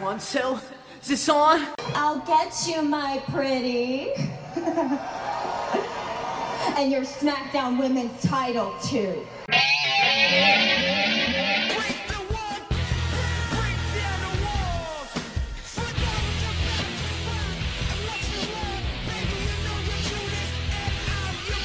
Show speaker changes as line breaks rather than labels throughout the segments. one, so is this on?
I'll get you, my pretty. and your SmackDown Women's title, too.
Break the wall, break down the walls. Fight all the battles you fight, and much is wrong. Baby, you know your Judas, and I'm your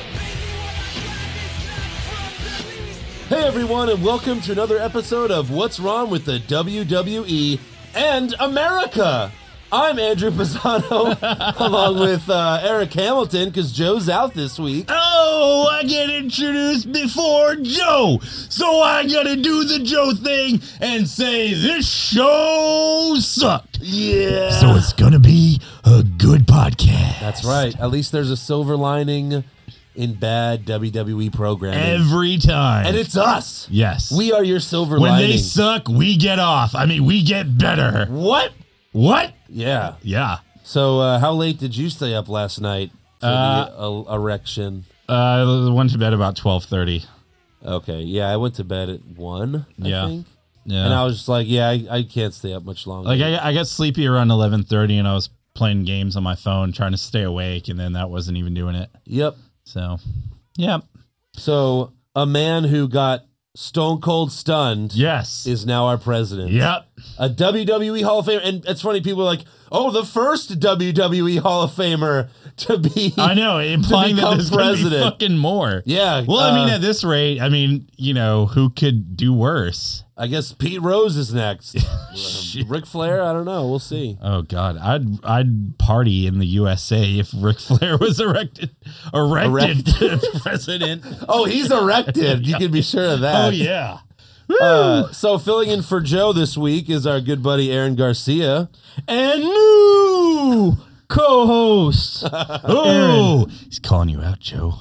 priest. Baby, what I got is not from the least.
Hey everyone, and welcome to another episode of What's Wrong with the WWE and America. I'm Andrew Pisano, along with uh, Eric Hamilton, because Joe's out this week.
Oh, I get introduced before Joe. So I gotta do the Joe thing and say this show sucked.
Yeah,
So it's gonna be a good podcast.
that's right. At least there's a silver lining in bad WWE programming,
Every time.
and it's us.
Yes.
we are your silver
when
lining.
they suck, we get off. I mean, we get better.
what?
What?
Yeah.
Yeah.
So, uh, how late did you stay up last night for the el- erection?
Uh, I went to bed about twelve thirty.
Okay, yeah, I went to bed at one. I
Yeah.
think.
Yeah.
And I was just like, yeah, I, I can't stay up much longer.
Like I, I got sleepy around eleven thirty, and I was playing games on my phone, trying to stay awake, and then that wasn't even doing it.
yep.
So, yeah,
So a man who got stone cold stunned
yes,
is now our president.
yep,
A WWE Hall of Famer. And it's funny, people are like, oh, the first WWE Hall of Famer to be.
I know, implying that
become
there's gonna be
president.
fucking more.
Yeah.
Well, I mean,
uh,
at this rate, I mean, you know, who could do worse?
I guess Pete Rose is next. Ric Flair? I don't know. We'll see.
Oh God, I'd I'd party in the USA if Ric Flair was erected erected, to president.
Oh, he's erected. You can be sure of that.
Oh yeah,
Uh, so filling in for Joe this week is our good buddy Aaron Garcia.
and new co-host.
Uh,
oh, he's calling you out, Joe.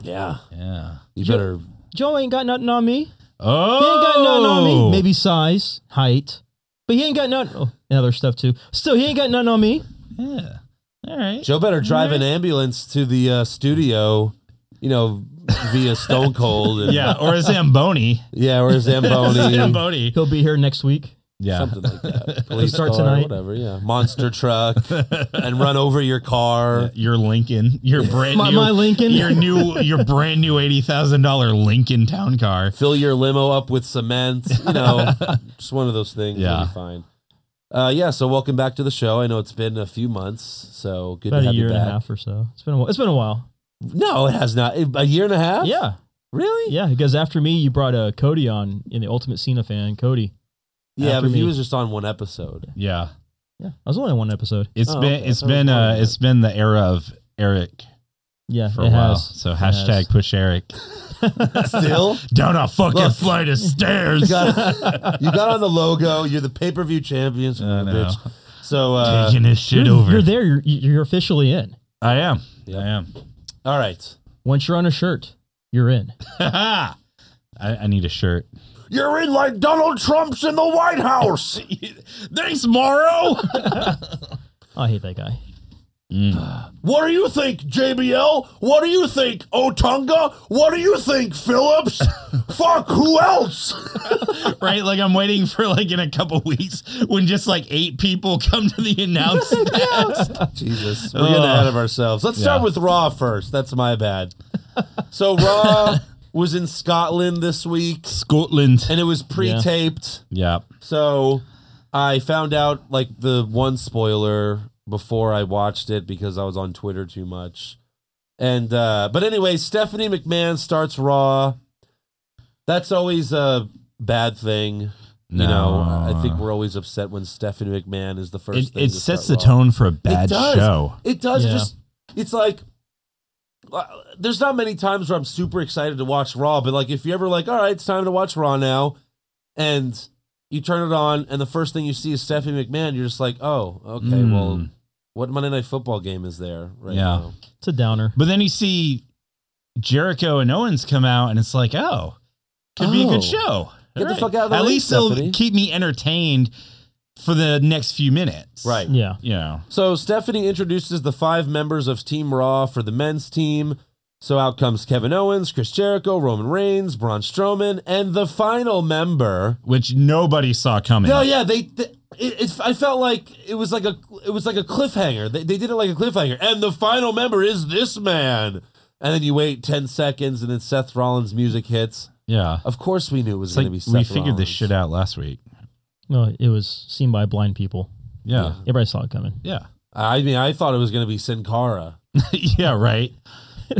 Yeah.
Yeah.
You better.
Joe ain't got nothing on me.
Oh,
He ain't got nothing on me. Maybe size, height, but he ain't got nothing. Oh, and other stuff too. Still, he ain't got nothing on me.
Yeah. All right.
Joe better drive an ambulance to the uh, studio, you know, via Stone Cold. And,
Yeah, or a Zamboni.
Yeah, or Zamboni.
Zamboni.
He'll be here next week.
Yeah.
Something like that. Police
Start
car,
tonight.
whatever. Yeah, monster truck, and run over your car.
Your Lincoln, your brand
My-
new,
my Lincoln?
your new, your brand new eighty thousand dollar Lincoln town car.
Fill your limo up with cement. You know, just one of those things. Yeah,
Yeah.
will be fine. Uh, yeah. So welcome back to the show. I know it's been a few months, so good
About
to
a
have
year
you
and
back.
a half or so. It's been a while. It's been a while.
No, it has not. A year and a half.
Yeah,
Really?
yeah. Because after me, you brought uh, Cody on in the Ultimate Cena fan. Cody.
Yeah,
After
but he
me.
was just on one episode.
Yeah,
Yeah, I was only on one episode.
it's
Oh,
been,
okay.
it's
I thought it was
been,
more
uh,
than
it's been the era of Eric
Yeah,
for
it
a while.
has.
So
It
hashtag
has.
push Eric
Still.
down a fucking
Look.
flight of stairs.
got, you got on the logo. You're the pay per view champions,
I know.
bitch. So, uh,
Taking his shit
You're,
over.
you're there. You're, you're officially in.
I am.
Yep.
I am.
all right,
Once you're on a shirt, you're in.
I, I need a shirt.
you're in like Donald Trump's in the White House.
Thanks, Morrow.
I hate that guy.
What do you think, JBL? What do you think, Otunga? What do you think, Phillips? Fuck, who else?
right? Like I'm waiting for like in a couple weeks when just like eight people come to the announcement.
Jesus, we're getting
Ugh.
ahead of ourselves. Let's start
Yeah.
with Raw first. That's my bad. So Raw was in Scotland this week,
Scotland.
and it was pre-taped.
Yeah.
So I found out like the one spoiler before I watched it because I was on Twitter too much. And uh but anyway, Stephanie McMahon starts Raw. That's always a bad thing. You know, I think we're always upset when Stephanie McMahon is the
It,
first thing.
it
to
sets the
start Raw.
tone for a bad
does.
show.
It does
Yeah.
just it's like uh, there's not many times where I'm super excited to watch Raw, but like if you're ever like, all right, it's time to watch Raw now, and you turn it on, and the first thing you see is Stephanie McMahon, you're just like, oh, okay,
Mm.
well, what Monday Night Football game is there right
Yeah.
now?
It's a downer.
But then you see Jericho and Owens come out, and it's like, oh, could be a
Oh.
good show.
Get the
Alright.
fuck out of the
At
ring,
least
Stephanie.
they'll keep me entertained for the next few minutes.
Right.
Yeah.
You know.
So Stephanie introduces the five members of Team Raw for the men's team. So out comes Kevin Owens, Chris Jericho, Roman Reigns, Braun Strowman, and the final member.
Which nobody saw coming.
No, yeah, they, they it, it, I felt like it was like a it was like a cliffhanger. They, they did it like a cliffhanger. And the final member is this man. And then you wait ten seconds, and then Seth Rollins' music hits.
Yeah.
Of course, we knew it was
It's
going
like
to be.
we
Seth
figured this
Rollins.
shit out last week.
No, it was seen by blind people.
Yeah.
Everybody saw it coming.
Yeah.
I mean, I thought it was going to be Sin Cara.
Yeah, right.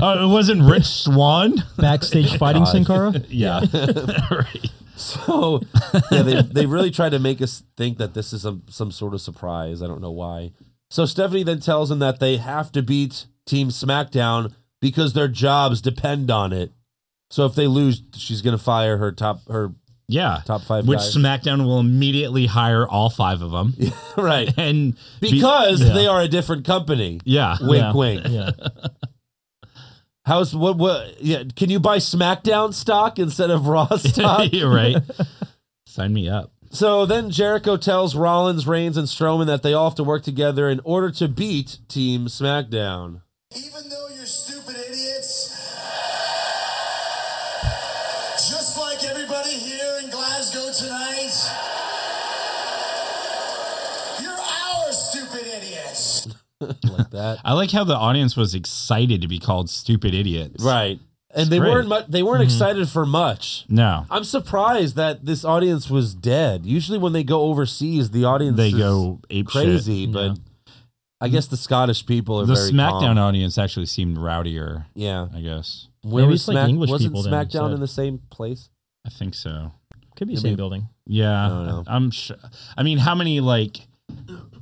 Uh, it wasn't Rich Swan.
Backstage fighting Sin Cara.
Yeah. Right.
So yeah, they they really tried to make us think that this is some some sort of surprise. I don't know why. So Stephanie then tells them that they have to beat Team SmackDown because their jobs depend on it. So if they lose, she's gonna fire her top her
Yeah.
Top five
Which
guys.
SmackDown will immediately hire all five of them.
right
And be-
because
yeah.
they are a different company.
Yeah.
Wink,
Yeah.
wink.
Yeah.
How's what what? Yeah, can you buy SmackDown stock instead of Raw stock?
You're right. Sign me up.
So then Jericho tells Rollins, Reigns, and Strowman that they all have to work together in order to beat Team SmackDown.
Even though you're stupid idiots, just like everybody here in Glasgow tonight, you're our stupid idiots.
Like that.
I like how the audience was excited to be called stupid idiots.
right. And they
great.
weren't mu- they weren't excited for much.
No.
I'm surprised that this audience was dead. Usually when they go overseas, the audience
They
is
go ape
crazy,
shit.
but I guess the Scottish people are
the
very
SmackDown
calm.
audience actually seemed rowdier,
Yeah.
I guess.
Where
Maybe
was
it's like the
Smack-
English
wasn't
people then
SmackDown
instead.
in the same place?
I think so.
Could be the
Could be.
same building.
Yeah.
don't know.
I'm sure. I mean, how many like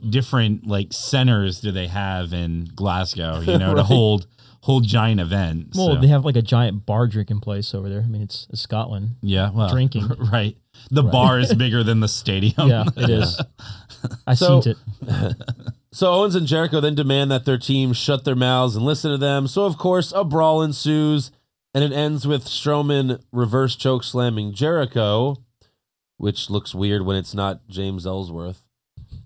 different like centers do they have in Glasgow, you know, to
Right.
hold hold giant events?
Well,
so-
they have like a giant bar drinking place over there. I mean, it's, it's Scotland.
yeah, well,
drinking.
Right. The bar is bigger than the stadium.
Yeah, it is. I
So-
seen it.
So Owens and Jericho then demand that their team shut their mouths and listen to them. So of course a brawl ensues, and it ends with Strowman reverse choke slamming Jericho, which looks weird when it's not James Ellsworth.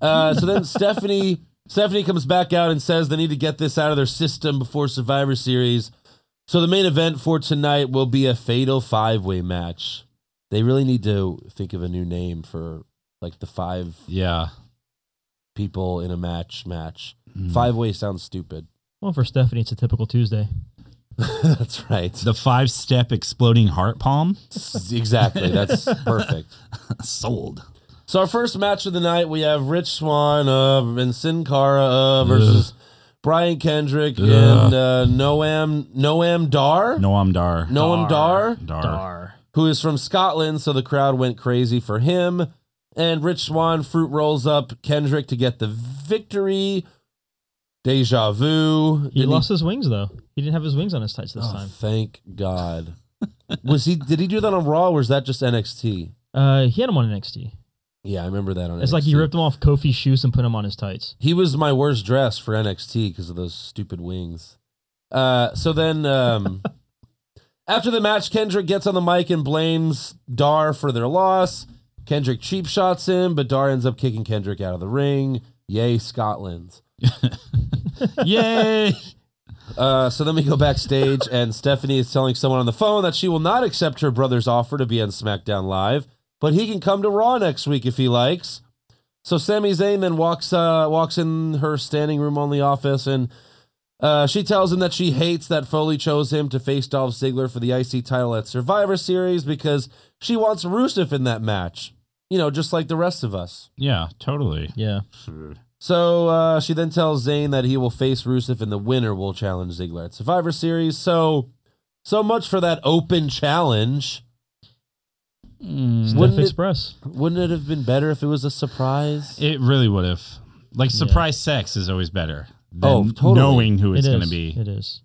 Uh, so then Stephanie Stephanie comes back out and says they need to get this out of their system before Survivor Series. So the main event for tonight will be a fatal five way match. They really need to think of a new name for like the five
Yeah.
people in a match match. Five way sounds stupid.
Well, for Stephanie, it's a typical Tuesday.
that's right.
The five step exploding heart palm.
exactly. That's perfect.
Sold.
So our first match of the night, we have Rich Swan of and Sin Cara of versus Brian Kendrick and uh, Noam Noam Dar.
Noam Dar.
Noam Dar,
Dar.
who is from Scotland, so the crowd went crazy for him. And Rich Swan fruit rolls up Kendrick to get the victory. Deja vu.
He
Didn't
lost his wings though. He didn't have his wings on his tights this
Oh,
time.
Thank God. was he? Did he do that on Raw, or was that just NXT?
Uh, he had him on NXT.
Yeah, I remember that on.
It's like he
NXT.
ripped him off Kofi's shoes and put him on his tights.
He was my worst dress for NXT because of those stupid wings. Uh, so then, um, after the match, Kendrick gets on the mic and blames Dar for their loss. Kendrick cheap shots him, but Dar ends up kicking Kendrick out of the ring. Yay, Scotland.
Yay.
Uh, so then we go backstage, and Stephanie is telling someone on the phone that she will not accept her brother's offer to be on SmackDown Live, but he can come to Raw next week if he likes. So Sami Zayn then walks uh, walks in her standing room only office, and uh, she tells him that she hates that Foley chose him to face Dolph Ziggler for the IC title at Survivor Series because she wants Rusev in that match. You know, just like the rest of us.
yeah, totally.
Yeah,
So uh, she then tells Zayn that he will face Rusev, and the winner will challenge Ziggler at Survivor Series. So, so much for that open challenge.
Steph
Mm. Wouldn't it-
Express.
Wouldn't it have been better if it was a surprise?
It really would have. Like surprise sex is always better than
Oh, totally.
knowing who it's
It
going to
is.
be.
It is.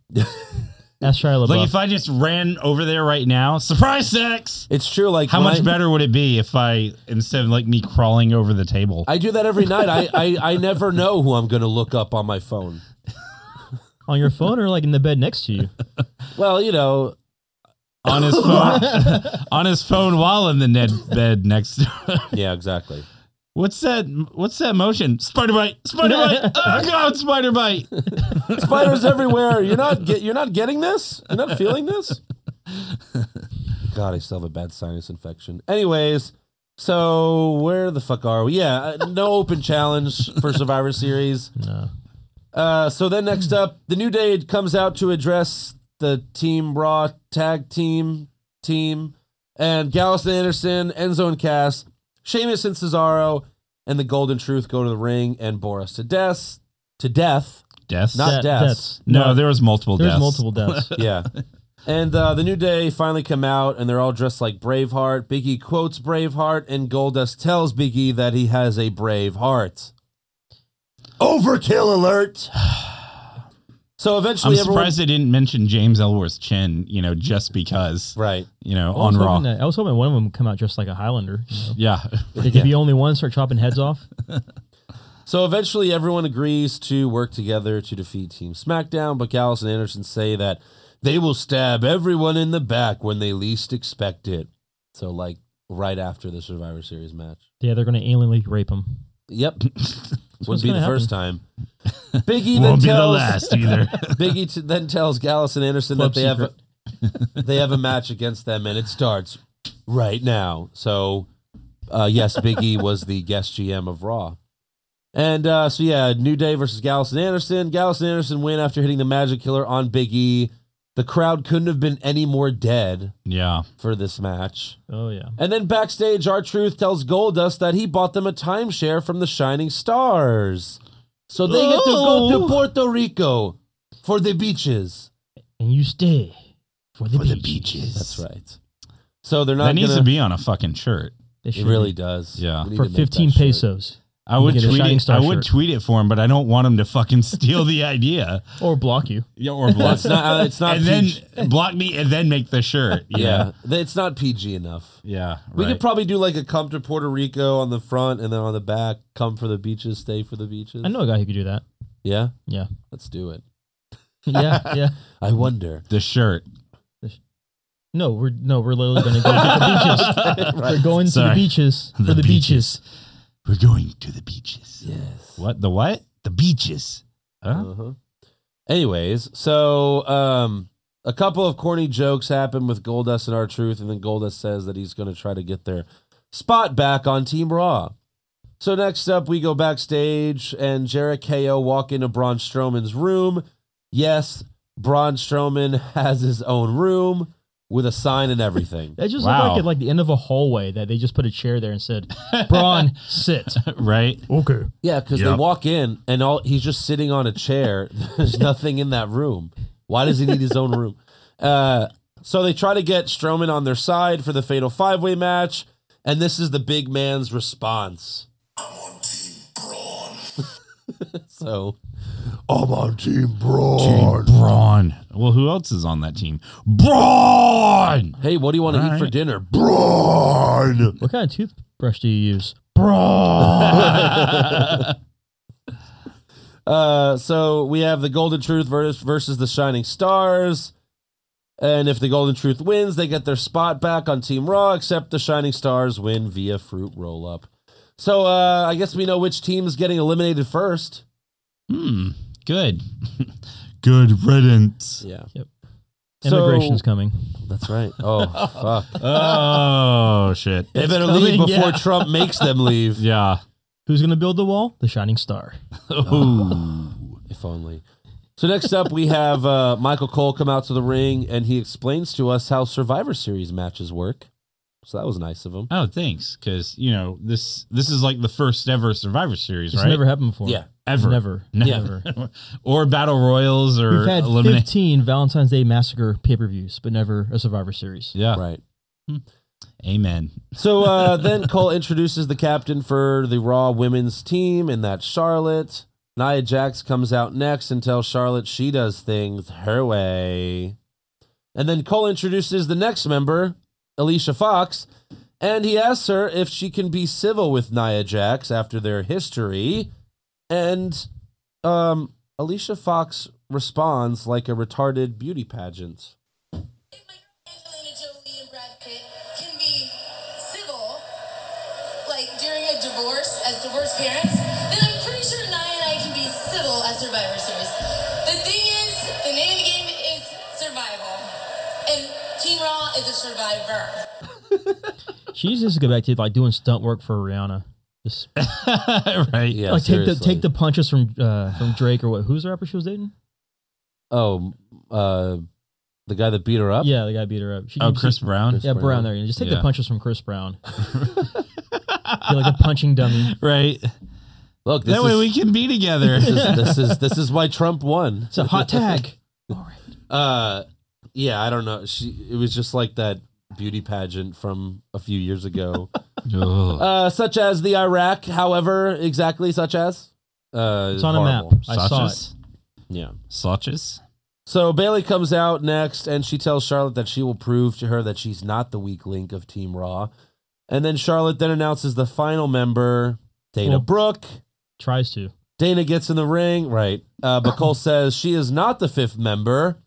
Ask Shia LaBeouf.
Like if I just ran over there right now, surprise sex.
it's true. Like
How
when
much
I-
better would it be if I instead of like me crawling over the table?
I do that every night. I, I I never know who I'm going to look up on my phone.
on your phone or like in the bed next to you.
Well, you know,
on his phone, on his phone while in the Ned bed next. to-
yeah, exactly.
what's that? What's that motion? Spider bite, spider bite. Oh god, spider bite.
Spiders everywhere. You're not get, you're not getting this. You're not feeling this. God, I still have a bad sinus infection. Anyways, So where the fuck are we? Yeah, uh, no open challenge for Survivor Series.
No.
Uh, so then next up, the New Day comes out to address the Team Raw tag team team, and Gallus and Anderson, Enzo and Cass, Sheamus and Cesaro, and the Golden Truth go to the ring and Boris to death. To death.
Deaths?
Not
That-
deaths.
that's-
no,
no.
there was multiple
There's
deaths.
multiple deaths.
Yeah. And uh, the New Day finally come out, and they're all dressed like Braveheart. Biggie quotes Braveheart, and Goldust tells Biggie that he has a brave heart. Overkill alert! So
I'm
eventually, everyone-
surprised they didn't mention James Ellsworth's chin, you know, just because,
Right.
you know,
I was
on Raw.
hoping that- I was hoping one of them would come out dressed like a Highlander. You know?
Yeah.
They could be only one, start chopping heads off.
So eventually, everyone agrees to work together to defeat Team SmackDown, but Gallus and Anderson say that they will stab everyone in the back when they least expect it. So, like, right after the Survivor Series match.
Yeah, they're going to alienly rape him.
Yep. Wouldn't
what's
be the
gonna
first time. Biggie then
Won't be the
tells
last either.
Biggie t- then tells Gallus and Anderson
Club
that they
secret.
have a, they have a match against them, and it starts right now. So, uh, yes, Biggie was the guest GM of Raw, and uh, so yeah, New Day versus Gallus and Anderson. Gallus and Anderson win after hitting the Magic Killer on Biggie. The crowd couldn't have been any more dead
yeah.
for this match.
Oh, yeah.
And then backstage, our Truth tells Goldust that he bought them a timeshare from the Shining Stars. So they get to go to
Oh.
Puerto Rico for the beaches.
And you stay for the,
For the
beach.
beaches.
That's right. So they're not
that needs
gonna-
to be on a fucking shirt.
They
It
should
really
be.
does.
Yeah.
We need
For
to make that
15
shirt.
pesos.
I would
get a
tweet
Shining
it.
Star
I would
shirt.
tweet it for him, but I don't want him to fucking steal the idea.
Or block you.
Yeah, or block.
That's not. uh, It's not.
and
PG.
then block me, and then make the shirt. you
yeah,
know?
Th- it's not PG enough.
yeah.
We
right.
could probably do like a come to Puerto Rico on the front and then on the back, come for the beaches, stay for the beaches.
I know a guy who could do that.
Yeah,
Yeah.
let's do it.
Yeah, yeah.
I wonder.
the shirt.
No, we're no, we're literally going to go to the beaches. We're going to
Sorry.
the beaches for
The
the, beaches.
We're going to the beaches.
Yes.
What the what? The beaches. Huh?
Uh-huh. Anyways, so um, a couple of corny jokes happen with Goldust and our Truth, and then Goldust says that he's going to try to get their spot back on Team Raw. So next up, we go backstage, and Jarrett KO walk into Braun Strowman's room. Yes, Braun Strowman has his own room with a sign and everything.
That just
Wow.
looked like at like the end of a hallway that they just put a chair there and said, "Braun, sit."
right.
Okay.
yeah, because they
Yep.
walk in, and all he's just sitting on a chair. There's nothing in that room. Why does he need his own room? Uh, so they try to get Strowman on their side for the fatal five way match, and this is the big man's response.
I'm on Team Braun.
So
I'm on Team
Team
Braun.
Braun. Well, who else is on that team? Braun.
hey, what do you want to eat for
Right.
dinner?
Braun.
What kind of toothbrush do you use?
Braun.
Uh, so we have the Golden Truth versus, versus the Shining Stars. And if the Golden Truth wins, they get their spot back on Team Raw, except the Shining Stars win via fruit roll up. So uh, I guess we know which team's getting eliminated first.
hmm. Good. Good riddance.
Yeah. So-
Immigration's coming.
That's right. Oh, fuck.
Oh shit.
They better
coming,
leave before
yeah.
Trump makes them leave.
Yeah.
Who's gonna build the wall? The Shining Star.
Ooh.
If only. So next up, we have uh, Michael Cole come out to the ring, and he explains to us how Survivor Series matches work. So that was nice of him.
Oh, thanks. Because you know this this is like the first ever Survivor Series,
It's
right?
never happened before.
Yeah.
ever,
Never.
never, or battle royals or
We've had
eliminate.
15 Valentine's Day massacre pay-per-views, but never a Survivor Series.
Yeah.
Right.
Amen.
So uh, then Cole introduces the captain for the Raw women's team, and that's Charlotte. Nia Jax comes out next and tells Charlotte she does things her way. And then Cole introduces the next member, Alicia Fox, and he asks her if she can be civil with Nia Jax after their history. And um, Alicia Fox responds like a retarded beauty pageant.
If my girl Angelina Jolie and Brad Pitt can be civil, like during a divorce as divorced parents, then I'm pretty sure Nia and I can be civil as Survivor Series. The thing is, the name of the game is survival, and Team Raw is a survivor.
She needs to go back to like doing stunt work for Rihanna. Just
right.
Yeah,
like take the
seriously.
take the punches from uh, from Drake or what? Who's the rapper she was dating?
Oh, uh, the guy that beat her up.
Yeah, the guy beat her up. She,
Oh,
she-
Chris Brown.
yeah, Brown.
Brown.
There, you go. just take
Yeah.
the punches from Chris Brown. Be like a punching dummy.
Right.
Look, this
That way
is,
we can be together.
this is this is this is why Trump won.
It's a hot tag. All right.
Uh, yeah, I don't know. She it was just like that beauty pageant from a few years ago,
Ugh.
uh, such as the Iraq. However, exactly such as uh,
It's on a map.
horrible.
I saw it.
Sausages?
Yeah.
Sausages?
So Bailey comes out next, and she tells Charlotte that she will prove to her that she's not the weak link of Team Raw. And then Charlotte then announces the final member, Dana
Well-
Brooke.
Tries to.
Dana gets in the ring, right? Uh, but Cole says she is not the fifth member.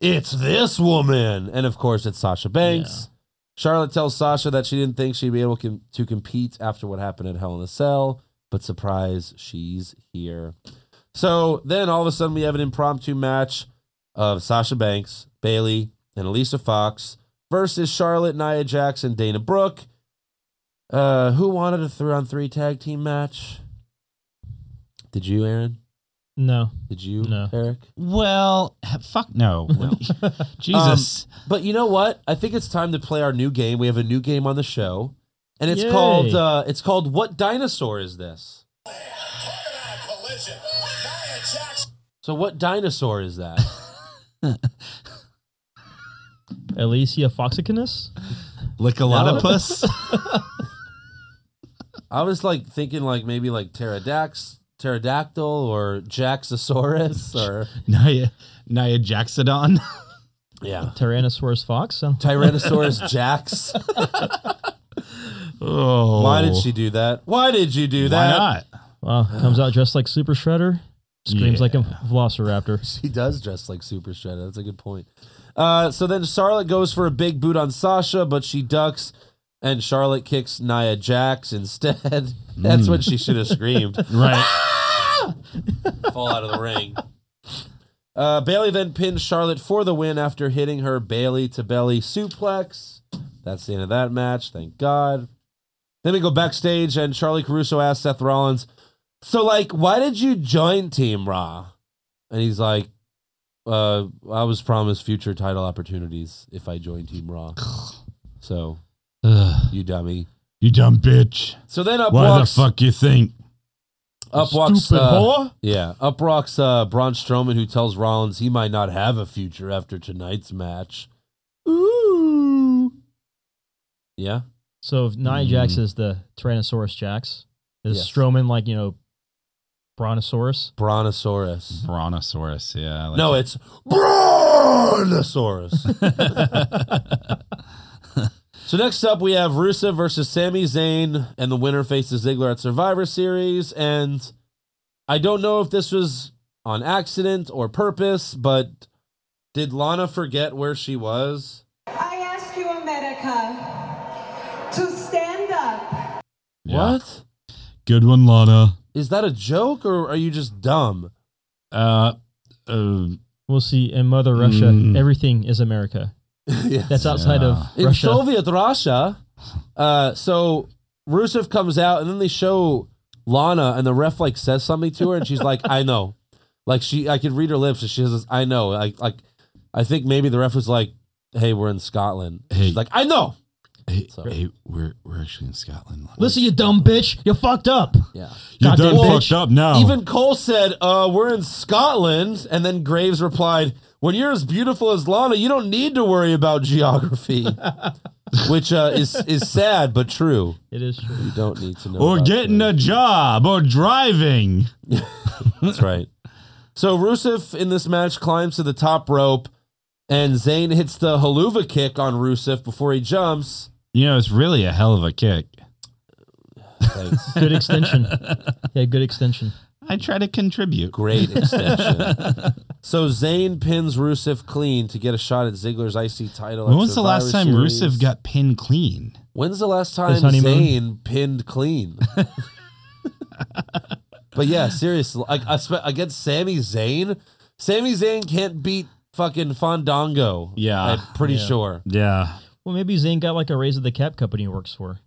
It's this woman, and of course, it's Sasha Banks. Charlotte tells Sasha that she didn't think she'd be able com- to compete after what happened at Hell in a Cell, but surprise, she's here. So then, all of a sudden, we have an impromptu match of Sasha Banks, Bailey, and Elisa Fox versus Charlotte, Nia Jackson, Dana Brooke. Uh, who wanted a three-on-three tag team match? Did you, Aaron?
No.
Did you,
No.
Eric?
Well, fuck no. Jesus.
Um, But you know what? I think it's time to play our new game. We have a new game on the show, and it's
Yay.
called uh, it's called What Dinosaur Is This?
collision. Nia Jackson.
So what dinosaur is that?
Alicia Foxicness?
Lickalotopus?
I was like thinking like maybe like pterodax, pterodactyl, or Jaxosaurus, or
Nia, Nia Jaxodon?
yeah,
Tyrannosaurus Fox? So.
Tyrannosaurus Jax.
oh.
Why did she do that? Why did you do
Why
that?
not?
Wow. Comes out dressed like Super Shredder. Screams
Yeah.
like a Velociraptor.
She does dress like Super Shredder. That's a good point. Uh, so then Charlotte goes for a big boot on Sasha, but she ducks, and Charlotte kicks Nia Jax instead. That's what she should have screamed.
Right.
Fall out of the ring. Uh, Bailey then pins Charlotte for the win after hitting her Bailey to belly suplex. That's the end of that match. Thank God. Then we go backstage, and Charlie Caruso asks Seth Rollins, "So, like, why did you join Team Raw?" And he's like, uh, "I was promised future title opportunities if I join Team Raw." so,
Ugh,
you dummy.
you dumb bitch.
So then up
Why the
walks
fuck you think?
up walks
Stupid
uh,
whore?
Yeah, up rocks uh, Braun Strowman, who tells Rollins he might not have a future after tonight's match. Ooh. Yeah.
So if Nia Jax is the Tyrannosaurus Jax, is
Yes.
Strowman like, you know, Brontosaurus?
Mm-hmm.
Brontosaurus.
Brontosaurus, yeah. I like
No,
it.
it's Brontosaurus. so next up, we have Rusev versus Sami Zayn, and the winner faces Ziggler at Survivor Series. And I don't know if this was on accident or purpose, but did Lana forget where she was?
I ask you, America, to stand up.
Yeah.
What?
Good one, Lana.
Is that a joke or are you just dumb?
Uh, uh,
We'll see. In Mother Russia,
Mm.
everything is America. That's outside of
In
Russia.
Soviet Russia, uh, so Rusev comes out and then they show Lana and the ref like says something to her and she's like, "I know," like she I could read her lips and she says, "I know." Like like I think maybe the ref was like, "Hey, we're in Scotland."
Hey.
She's like, "I know."
hey,
So-
hey, we're, we're actually in Scotland. Lana.
Listen, you dumb bitch. You fucked up.
Yeah.
You're
goddamn
done
bitch.
fucked up now.
Even Cole said, uh, "We're in Scotland," and then Graves replied, "When you're as beautiful as Lana, you don't need to worry about geography," which uh, is is sad but true.
It is true.
You don't need to know.
or
about
getting
that.
a job or driving.
That's right. So Rusev in this match climbs to the top rope, and Zayn hits the haluva kick on Rusev before he jumps.
You know, it's really a hell of a kick.
Thanks.
Good extension. Yeah, good extension.
I try to contribute.
Great extension. so Zayn pins Rusev clean to get a shot at Ziggler's IC title.
When
at
was the last time
Survivor Series.
Rusev got pinned clean?
When's the last time
honeymoon?
Zayn pinned clean? but yeah, seriously, like I spe- against Sami Zayn, Sami Zayn can't beat fucking Fandango.
Yeah.
I'm pretty
Yeah.
sure.
Yeah.
Well, maybe Zayn got like a raise at the cap company he works for.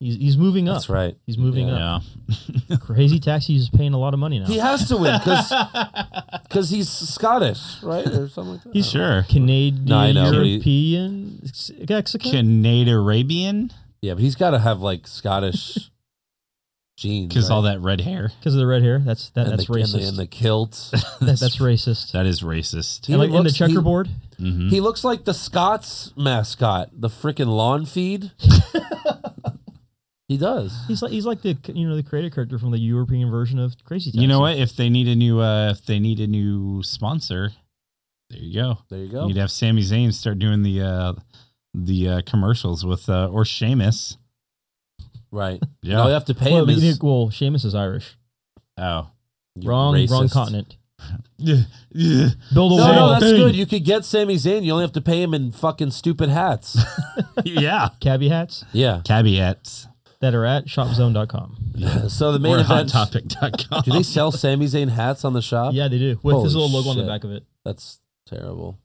He's he's moving up.
That's right.
He's moving up.
Yeah.
Crazy Taxi is paying a lot of money now.
He has to win because he's Scottish, right, or something like that.
He's
Sure.
Canadian,
No, I know, but he-
European, ex- Mexican.
Canadian Arabian?
Yeah, but he's got to have like Scottish genes
Because
right?
all that red hair.
because of the red hair. That's that,
And
that's
the, and the-
racist.
and the kilt.
That- that's racist.
That is racist. Mm-hmm.
He
and like in the
looks- he-
checkerboard, Hmm.
He, looks like the Scots mascot, the freaking lawn feed. he does.
he's like he's like the you know the creator character from the European version of Crazy Taxi.
You know what? If they need a new, uh, if they need a new sponsor, there you go.
There you go.
You'd have Sami Zayn start doing the uh, the uh, commercials with uh, or Sheamus.
Right.
Yeah.
Now you have to pay
Well,
him.
we-
His,
well, Seamus is Irish.
Oh.
you
Wrong, wrong
racist.
continent.
Yeah.
Build a
No,
wall.
no, that's
Hey.
good. You could get Sami Zayn. You only have to pay him in fucking stupid hats.
yeah.
Cabbie hats
yeah.
Cabby hats.
that are at shopzone.com.
So the main
Or
event.
hottopic.com.
Do they sell Sami Zayn hats on the shop?
Yeah, they do with his
Holy
little logo on the
shit.
back of it
That's terrible.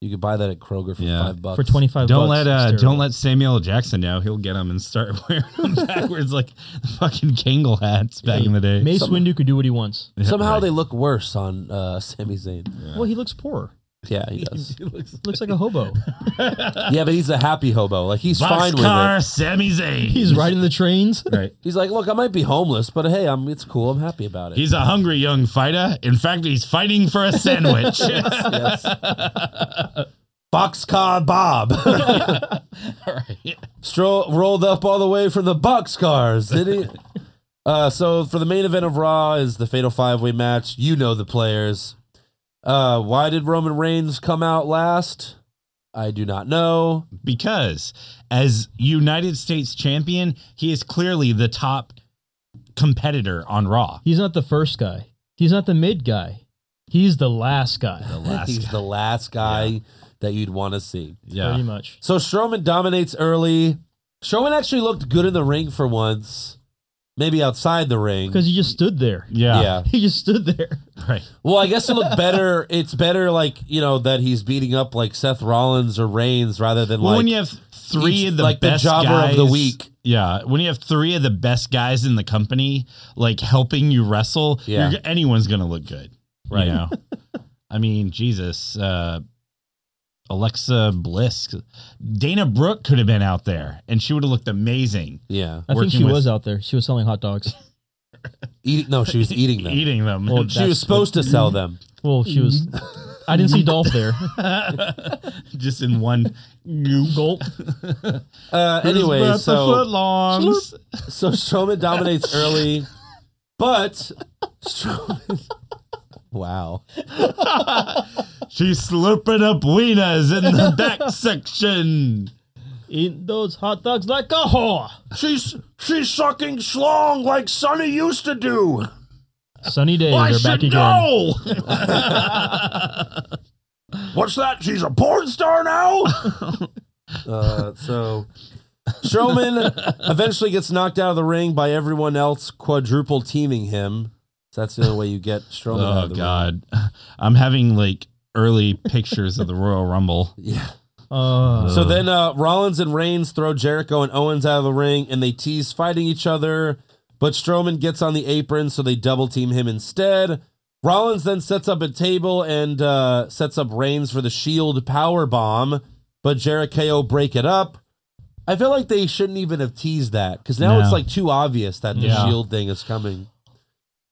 You could buy that at Kroger for
Yeah.
five bucks.
for twenty five.
Don't let uh, don't let Samuel L. Jackson know. He'll get them and start wearing them backwards like the fucking Kangle hats back in the day.
Mace
Some-
Windu could do what he wants.
Yeah,
Somehow
right.
they look worse on uh, Sami Zayn.
Well, he looks poor.
Yeah, he does.
Looks like a hobo.
yeah, but he's a happy hobo. Like he's fine with it.
Boxcar Sami Zayn.
He's riding the trains.
right.
He's like, look, I might be homeless, but hey, I'm. It's cool. I'm happy about it.
He's a hungry young fighter. In fact, he's fighting for a sandwich.
yes. Boxcar Bob,
Right.
Stro- rolled up all the way from the boxcars. Did he? Uh, so for the main event of Raw is the Fatal Five Way match. You know the players. Uh, why did Roman Reigns come out last? I do not know.
Because as United States champion, he is clearly the top competitor on Raw.
He's not the first guy. He's not the mid guy. He's the last guy.
The last
He's the last guy that you'd want to see.
Pretty
yeah.
much.
So Strowman dominates early. Strowman actually looked good in the ring for once, maybe outside the ring.
Because he just stood there.
yeah.
yeah.
He just stood there.
Right.
Well, I guess it looked better. It's better, like you know, that he's beating up like Seth Rollins or Reigns rather than
Well,
like
when you have three
each-
of the
like the
best
jobber
guys,
of the week.
yeah, when you have three of the best guys in the company, like helping you wrestle,
Yeah.
you're, anyone's gonna look good,
Right.
right? You know? I mean, Jesus, uh, Alexa Bliss, Dana Brooke could have been out there, and she would have looked amazing.
yeah,
I
Working
think she
with-
was out there. She was selling hot dogs.
eating. No, she was eating them.
Eating them.
Well,
she was
That's
supposed to sell them.
Well, she was. I didn't see Dolph there.
just in one
Gulp.
Uh, anyway, so
footlongs.
so Strowman dominates early, but Strowman. Wow.
She's slurping up wieners in the back section.
Eating those hot dogs like a whore.
She's she's sucking schlong like Sonny used to do.
Sunny days are back again.
know.
What's that? She's a porn star now. uh, so Strowman eventually gets knocked out of the ring by everyone else quadruple teaming him. So that's the only way you get Strowman. out
oh
of the
God, I'm having like early pictures of the Royal Rumble.
Ring. Yeah.
Uh,
So then uh, Rollins and Reigns throw Jericho and Owens out of the ring, and they tease fighting each other. But Strowman gets on the apron, so they double team him instead. Rollins then sets up a table and uh, sets up Reigns for the Shield E power bomb, but Jericho break it up. I feel like they shouldn't even have teased that because now
No.
it's like too obvious that the
Yeah.
Shield E thing is coming.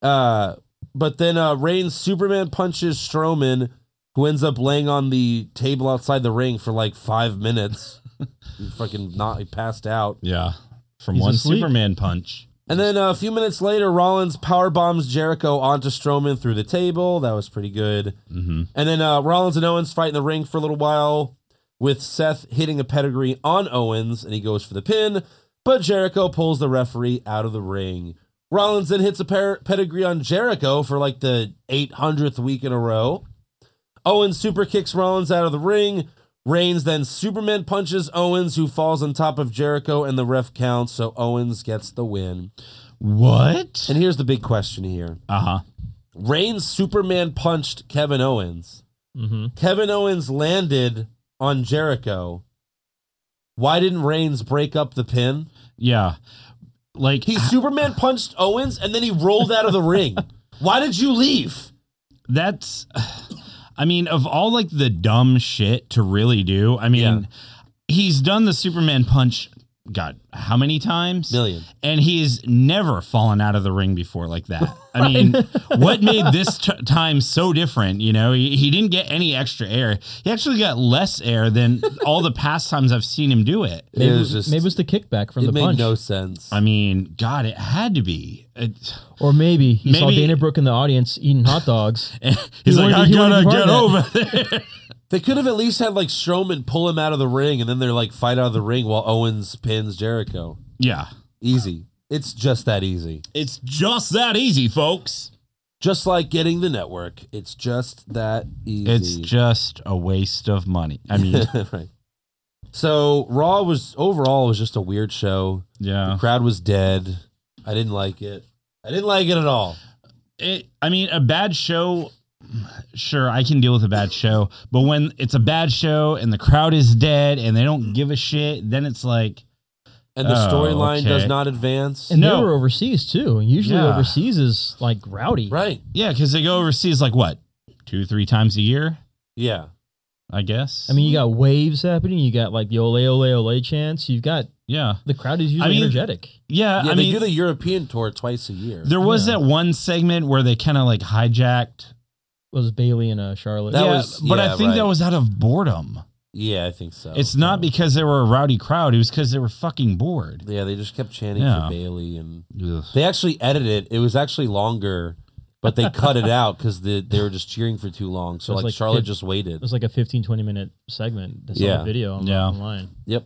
Uh, but then uh, Reigns Superman punches Strowman, who ends up laying on the table outside the ring for like five minutes. he fucking not he passed out.
Yeah, from
He's
one
asleep.
Superman punch.
And then uh, a few minutes later, Rollins power bombs Jericho onto Strowman through the table. That was pretty good.
Mm-hmm.
And then uh, Rollins and Owens fight in the ring for a little while, with Seth hitting a pedigree on Owens, and he goes for the pin. But Jericho pulls the referee out of the ring. Rollins then hits a per- pedigree on Jericho for like the 800th week in a row. Owens super kicks Rollins out of the ring. Reigns then Superman punches Owens, who falls on top of Jericho, and the ref counts, so Owens gets the win.
What?
And here's the big question here
Uh huh.
Reigns Superman punched Kevin Owens.
mhm.
Kevin Owens landed on Jericho. Why didn't Reigns break up the pin?
Yeah. Like
Ah.
He Superman punched Owens and then he rolled out of the ring. Why did you leave?
that's I mean, of all like the dumb shit to really do, I mean,
Yeah.
he's done the Superman punch God, how many times?
Million.
And he's never fallen out of the ring before like that. I mean, what made this t- time so different? You know, he, he didn't get any extra air. He actually got less air than all the past times I've seen him do it.
It was just
Maybe it was the kickback from
it
the
made
punch,
no sense.
I mean, God, it had to be. It-
or maybe he saw
Maybe-
Dana Brooke in the audience eating hot dogs.
he's
He
like,
wanted-
I
he wanted to
gotta
be part
get
of
over there.
They could have at least had like Strowman pull him out of the ring and then they're like fight out of the ring while Owens pins Jericho.
Yeah.
Easy. It's just that easy.
It's just that easy, folks.
Just like getting the network. It's just that easy.
It's just a waste of money. I mean,
Mm-hmm. right. So Raw was overall it was just a weird show. The
yeah.
crowd was dead. I didn't like it. I didn't like it at all.
It, I mean, a bad show, sure, I can deal with a bad show, but when it's a bad show and the crowd is dead and they don't give a shit, then it's like,
And the
Oh,
storyline does
okay.
not advance.
And
No.
they were overseas too. And usually
Yeah.
overseas is like rowdy.
right.
yeah, because they go overseas like what, two, three times a year,
Yeah.
I guess.
I mean, you got waves happening. You got like the ole ole ole chants. You've got
yeah.
the crowd is usually
mean-
energetic.
Yeah,
Yeah. I
they
mean,
do the European tour twice a year.
there was
Yeah.
that one segment where they kind of like hijacked.
was Bailey and uh, Charlotte.
That
yeah,
was-
but
yeah,
I think
right.
that was out of boredom.
yeah, I think so.
It's not because they were a rowdy crowd. It was because they were fucking bored.
Yeah, they just kept chanting
Yeah.
for Bailey, and they actually edited it. It was actually longer, but they cut it out because the, they were just cheering for too long. So
It was
like,
like
Charlotte
fif-
just
it
waited.
was like a 15, 20 minute segment. That's yeah.
Yeah.
on the video on,
Yeah.
online.
Yep.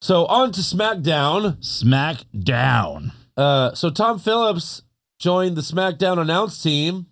So on to SmackDown.
Smack down.
Uh, so Tom Phillips joined the SmackDown announce team.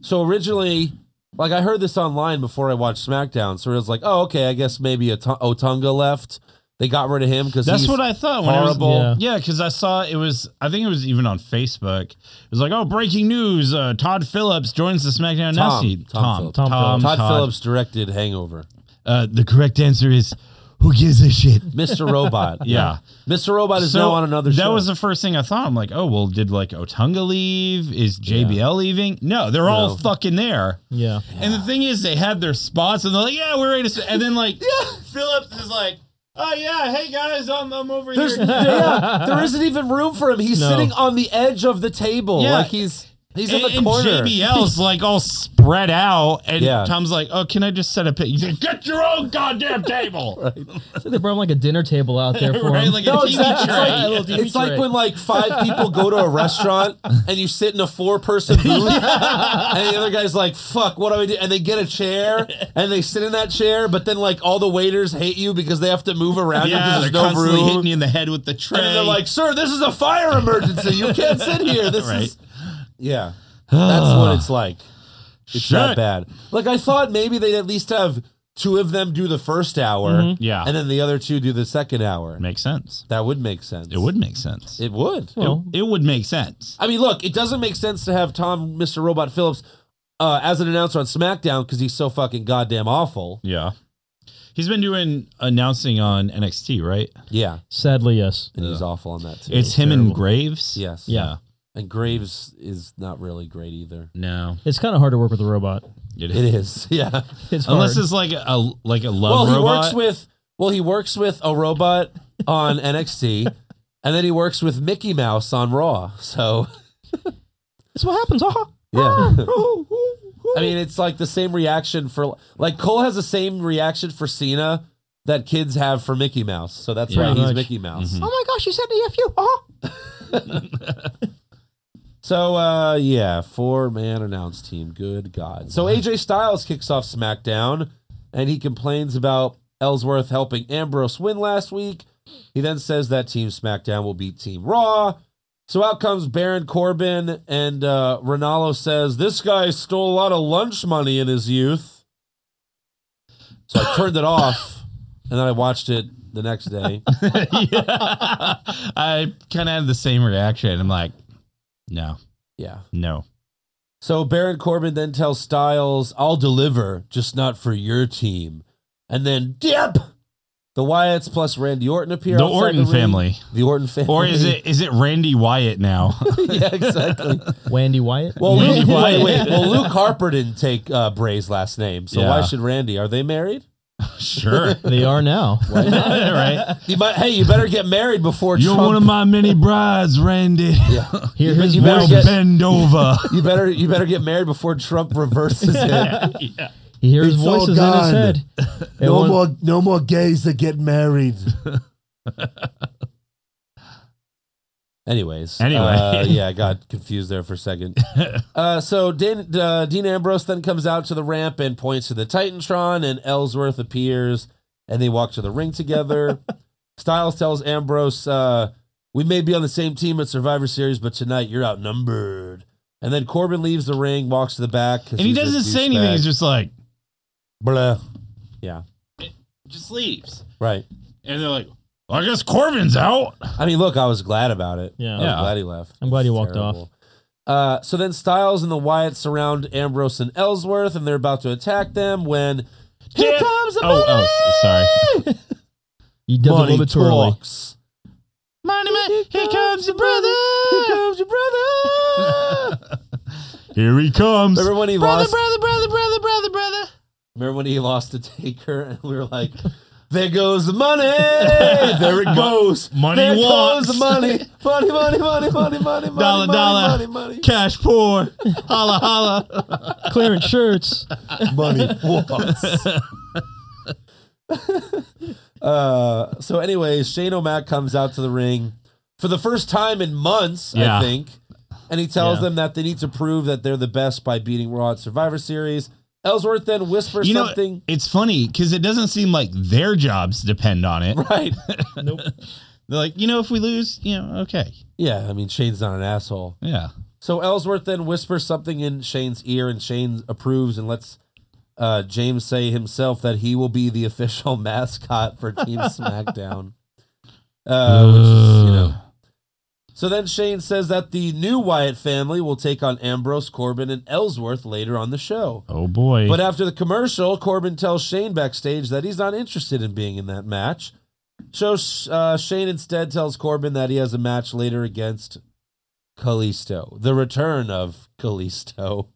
So originally, like I heard this online before I watched SmackDown. So it was like, oh, okay, I guess maybe a Otunga left. They got rid of him because
That's what I thought. When
horrible.
I was, yeah, because I saw it was. I think it was even on Facebook. It was like, oh, breaking news: uh, Todd Phillips joins the SmackDown
Tom,
announcing.
Tom Phillips.
Tom Phillips.
Todd Phillips directed Hangover.
Uh, the correct answer is, who gives a shit?
Mr. Robot.
Yeah.
Mr. Robot is now on another
that
show.
was the first thing I thought. I'm like, oh well, did like Otunga leave? Is JBL leaving? No, they're all
No.
fucking there.
Yeah.
And the thing is, they had their spots, and they're like, "Yeah, we're ready." To and then like, Phillips is like, "Oh yeah, hey guys, I'm, I'm over
There's,
here."
yeah, there isn't even room for him. He's
No.
sitting on the edge of the table.
Yeah.
Like he's he's
And,
in the
and
corner.
JBL's like all spread out, and
Yeah.
Tom's like, "Oh, can I just set up?" a-" He's like, "Get your own goddamn table!" right,
They brought like a dinner table out there for him.
like
No,
a TV
exactly.
tray.
It's
A
like,
little TV
it's like
tray.
when like five people go to a restaurant and you sit in a four person booth and the other guy's like, fuck, what do I do? And they get a chair and they sit in that chair, but then like all the waiters hate you because they have to move around you
yeah,
because
they're
there's no
constantly
room.
hitting you in the head with the tray.
And then they're like, "Sir, this is a fire emergency. You can't sit here. This
Right. Ah.
is yeah. That's what it's like. It's
Shit.
not bad. Like I thought, maybe they'd at least have two of them do the first hour,
Mm-hmm. Yeah.
and then the other two do the second hour.
makes sense.
That would make sense.
It would make sense. It,
It would.
Well,
it would make sense.
I mean, look, it doesn't make sense to have Tom, Mr. Robot Phillips, uh, as an announcer on SmackDown because he's so fucking goddamn awful.
Yeah, he's been doing announcing on NXT, right?
Yeah,
sadly, yes.
and he's awful on that too.
It's him and Graves.
yes.
Yeah.
and Graves is not really great either.
No.
It's kind of hard to work with a robot.
It is. Yeah.
It's
Unless
hard.
it's like a like a
well,
love
he
robot.
works with well, he works with a robot on NXT, and then he works with Mickey Mouse on Raw. So
it's what happens. uh-huh. Oh Ha, ha.
yeah,
Ah. I
I mean, it's like the same reaction for like Cole has the same reaction for Cena that kids have for Mickey Mouse. So that's
Yeah.
why
Pretty
he's
much.
Mickey Mouse.
oh my gosh, you said the FU. Ah.
So uh, yeah, four man announced team. Good God! So AJ Styles kicks off SmackDown, and he complains about Ellsworth helping Ambrose win last week. He then says that Team SmackDown will beat Team Raw. So out comes Baron Corbin, and uh, Ronaldo says this guy stole a lot of lunch money in his youth. So I turned it off, and then I watched it the next day.
I kind of had the same reaction. I'm like, no,
Yeah.
no.
So Baron Corbin then tells Styles, I'll deliver, just not for your team. And then dip The Wyatts plus Randy Orton appear.
The
outside
Orton
ring.
family.
The Orton family.
Or is it is it Randy Wyatt now?
yeah, exactly.
Wendy Wyatt.
Well,
Randy
Luke, wait,
Wyatt.
wait. Well, Luke Harper didn't take uh, Bray's last name, so why
Yeah.
should Randy? Are they married?
sure.
they are now.
right.
You might, hey, you better get married before
You're
Trump.
one of my many brides, Randy.
Hear his
you better
voice.
Now
get-
bend over.
you better you better get married before Trump reverses it.
He hears
It's all
voices in his
gone.
head. And one-
no more gays that get married. Anyways,
Anyway.
uh, yeah, I got confused there for a second. Uh, so Dan, uh, Dean Ambrose then comes out to the ramp and points to the Titantron, and Ellsworth appears, and they walk to the ring together. Styles tells Ambrose, uh, "We may be on the same team at Survivor Series, but tonight you're outnumbered." And then Corbin leaves the ring, walks to the back,
And he doesn't say anything. He's just like,
blah. Yeah,
just leaves.
right.
And they're like, I guess Corbin's out.
I mean, look, I was glad about it.
Yeah.
I was
Yeah.
glad he left.
I'm glad he walked
off. Uh, so then Styles and the Wyatts surround Ambrose and Ellsworth, and they're about to attack them when here
Yeah.
comes the
Oh,
money.
oh, sorry.
He does it a little bit too early.
talks.
Money man, here comes your
Here
brother.
comes your brother.
Here he comes.
remember when he
brother,
lost?
brother, brother, brother, brother, brother.
Remember when he lost to Taker, and we were like. There goes the money. There it goes.
Money
there
walks.
goes the money. Money, money, money, money, money,
Dollar,
money,
dollar.
money, money,
Cash poor. Holla, holla.
Clearance shirts.
money, money walks. Uh, so, anyways, Shane O'Mac comes out to the ring for the first time in months,
Yeah.
I think. And he tells
Yeah.
them that they need to prove that they're the best by beating Raw at Survivor Series. Ellsworth then whispers
You know,
something.
it's funny because it doesn't seem like their jobs depend on it.
Right.
They're like, you know, if we lose, you know, okay.
Yeah, I mean, Shane's not an asshole.
Yeah.
So Ellsworth then whispers something in Shane's ear, and Shane approves and lets uh, James say himself that he will be the official mascot for Team SmackDown. Uh, which is, you know. So then Shane says that the new Wyatt family will take on Ambrose, Corbin, and Ellsworth later on the show.
Oh, boy.
But after the commercial, Corbin tells Shane backstage that he's not interested in being in that match. So uh, Shane instead tells Corbin that he has a match later against Kalisto, the return of Kalisto.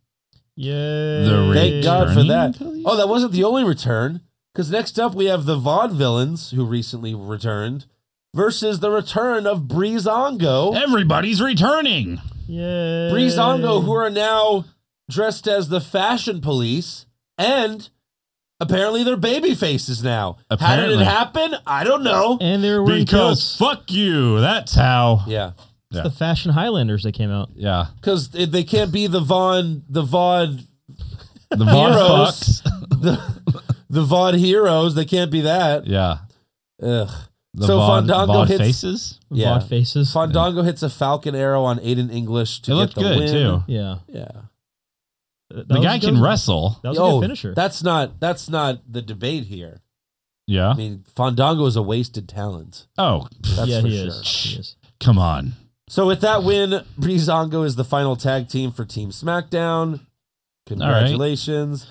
Yay.
Thank God for
Returning
that.
Kalisto?
Oh, that wasn't the only return. Because next up we have the Vaughn villains who recently returned versus the return of Breezango.
Everybody's returning.
Yay.
Breezango, who are now dressed as the fashion police, and apparently they're baby faces now. How did
Apparently.
it happen? I don't know.
And they were wearing
Because
coats.
fuck you. That's how.
Yeah,
It's the fashion Highlanders that came out.
Yeah.
because they can't be the Vaughn, the Vaughn,
The Von
Heroes.
fucks.
the, the Vaughn heroes. They can't be that.
Yeah.
Ugh.
The
So
Von,
Fandango
Von
hits-
faces.
Yeah.
Vaught faces.
Fondango hits a falcon arrow on Aiden English to get
It looked
the
good,
win.
too.
Yeah.
Yeah.
That
The
was
guy
a
can
good-
wrestle.
That was a
Oh,
good finisher.
That's not that's not the debate here.
Yeah.
I mean, Fondango is a wasted talent.
oh,
That's
yeah,
for
he
sure.
is. He is.
come on.
So with that win, Breezango is the final tag team for Team SmackDown. Congratulations.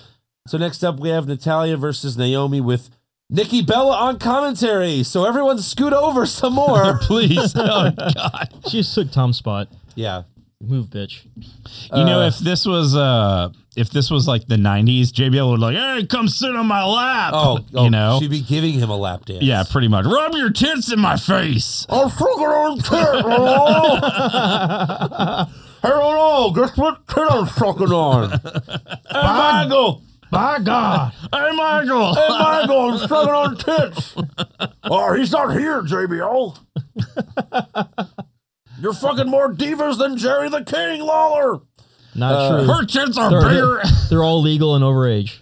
So next up we have Natalia versus Naomi with Nikki Bella on commentary. So everyone scoot over some more.
Please. Oh, God.
She just took Tom's spot.
yeah.
Move, bitch.
You know,
Uh,
if this was uh if this was like the nineties, JBL would like, hey, come sit on my lap.
Oh, oh
you know?
she'd be giving him a lap dance. Oh,
yeah, pretty much. Rub your tits in my face.
I'm fucking on tit, bro. I don't know. Guess what tit I'm sucking on?
Oh
Hey, Michael.
By God. hey Michael.
Hey, Michael. I'm sucking on tits. Oh, he's not here, JBL. You're fucking more divas than Jerry the King, Lawler.
Not true.
Her tits are
They're-
bigger
They're all legal and overage.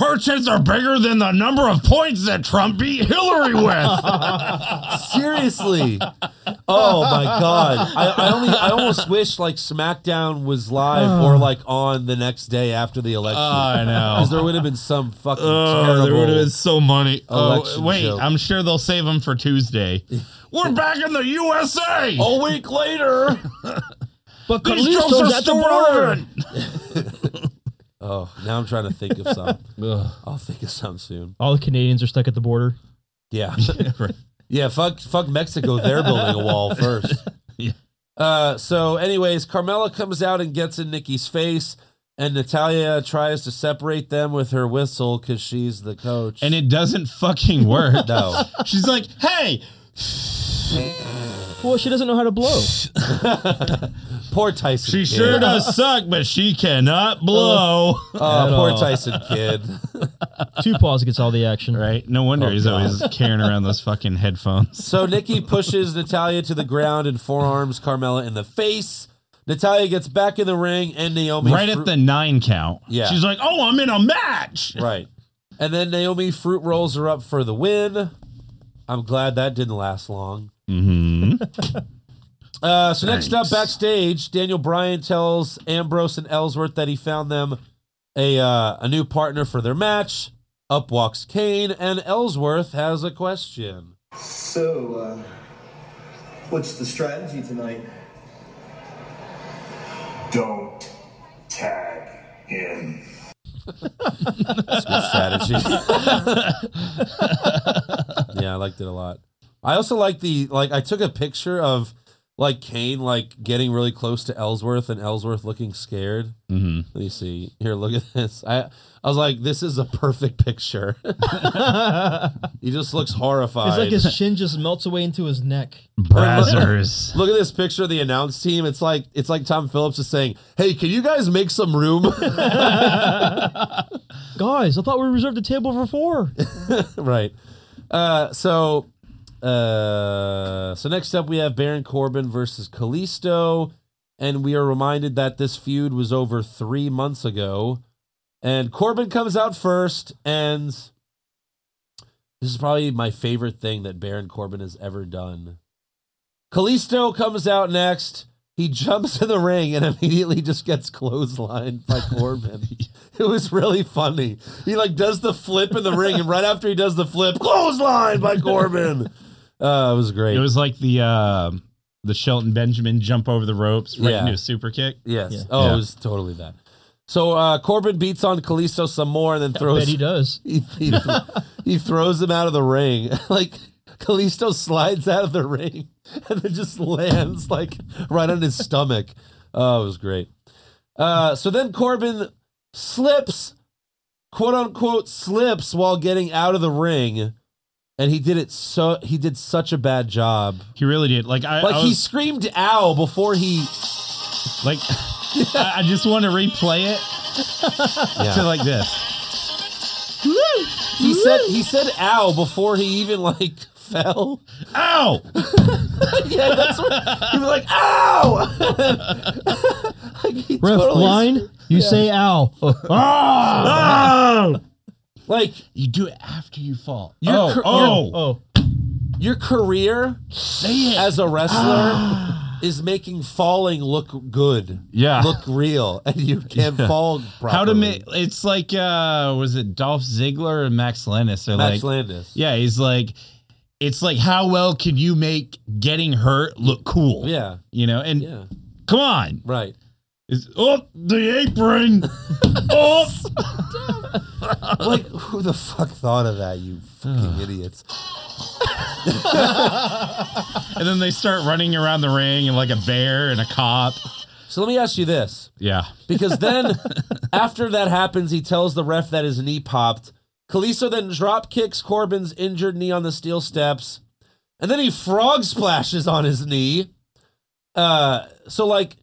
her tits are bigger than the number of points that Trump beat Hillary with.
Seriously. Oh my god. I, I only I almost wish like SmackDown was live or like on the next day after the election.
I know.
Because there would have been some fucking
Oh,
terrible.
there would have been so money. Oh,
election
wait,
joke.
I'm sure they'll save them for Tuesday. Oh, We're back in the USA.
A week later.
But
These jokes are still relevant.
Oh, now I'm trying to think of some. I'll think of some soon. Oh.
All the Canadians are stuck at the border.
Yeah.
Right.
Yeah, fuck, fuck Mexico. They're building a wall first.
Yeah.
Uh, so, anyways, Carmela comes out and gets in Nikki's face, and Natalia tries to separate them with her whistle because she's the coach.
and it doesn't fucking work.
no,
She's like, "Hey,
Well, she doesn't know how to blow.
poor Tyson.
she
kid.
sure does suck, but she cannot blow."
Oh, poor
all.
Tyson kid.
Two paws gets all the action.
right? No wonder
Oh,
he's
God.
always carrying around those fucking headphones.
So Nikki pushes Natalia to the ground and forearms Carmela in the face. Natalia gets back in the ring, and Naomi
Right
fru-
at the nine count.
Yeah.
She's like, "Oh, I'm in a match."
right, and then Naomi fruit rolls her up for the win. I'm glad that didn't last long.
hmm
Uh, so next up,
Thanks.
backstage, Daniel Bryan tells Ambrose and Ellsworth that he found them a uh, a new partner for their match. Up walks Kane, and Ellsworth has a question.
So, uh, what's the strategy tonight?
Don't tag in.
Good strategy. yeah, I liked it a lot. I also like the like. I took a picture of like Kane like getting really close to Ellsworth, and Ellsworth looking scared.
hmm
Mm-hmm.
Let me see. Here, look at this. I I was like, this is a perfect picture. he just looks horrified.
It's like his shin just melts away into his neck.
Brazzers.
Look at this picture of the announce team. It's like it's like Tom Phillips is saying, "Hey, can you guys make some room?"
Guys, I thought we reserved a table for four.
right. Uh, so, uh, so next up we have Baron Corbin versus Kalisto, and we are reminded that this feud was over three months ago, and Corbin comes out first, and this is probably my favorite thing that Baron Corbin has ever done. Kalisto comes out next. He jumps in the ring and immediately just gets clotheslined by Corbin. it was really funny. He like does the flip in the ring, and right after he does the flip, clothesline by Corbin. Uh, it was great.
It was like the uh, the Shelton Benjamin jump over the ropes right
Yeah.
into a super kick.
yes.
Yeah.
Oh,
Yeah.
it was totally that. So uh, Corbin beats on Kalisto some more, and then
Bet
throws
he does.
he, he, he throws him out of the ring. Like Kalisto slides out of the ring and then just lands like right on his stomach. Oh, it was great. Uh, so then Corbin slips, quote unquote, slips while getting out of the ring, and he did it so he did such a bad job.
He really did. Like I,
Like
I
he
was,
screamed "ow" before he.
like I, I just want to replay it to like this.
He said he said "ow" before he even like fell.
Ow!
Yeah, that's what he was like, ow! like he
Ref
totally-
line, you say ow.
Oh!
Like
You do it after you fall.
You're
oh,
cr-
oh,
oh,
your career as a wrestler is making falling look good.
Ah. Yeah.
Look real. And you can't
Yeah.
fall properly.
How to make it's like uh was it Dolph Ziggler or Max Lennis or
Max
like
Landis.
yeah he's like it's like how well can you make getting hurt look cool
Yeah.
you know and
Yeah.
come on
Right.
it's up the apron Oh. up
Like who the fuck thought of that, you fucking idiots.
and then they start running around the ring and like a bear and a cop
So let me ask you this.
yeah
Because then, after that happens, he tells the ref that his knee popped. Kalisto then drop kicks Corbin's injured knee on the steel steps, and then he frog splashes on his knee. Uh, so like,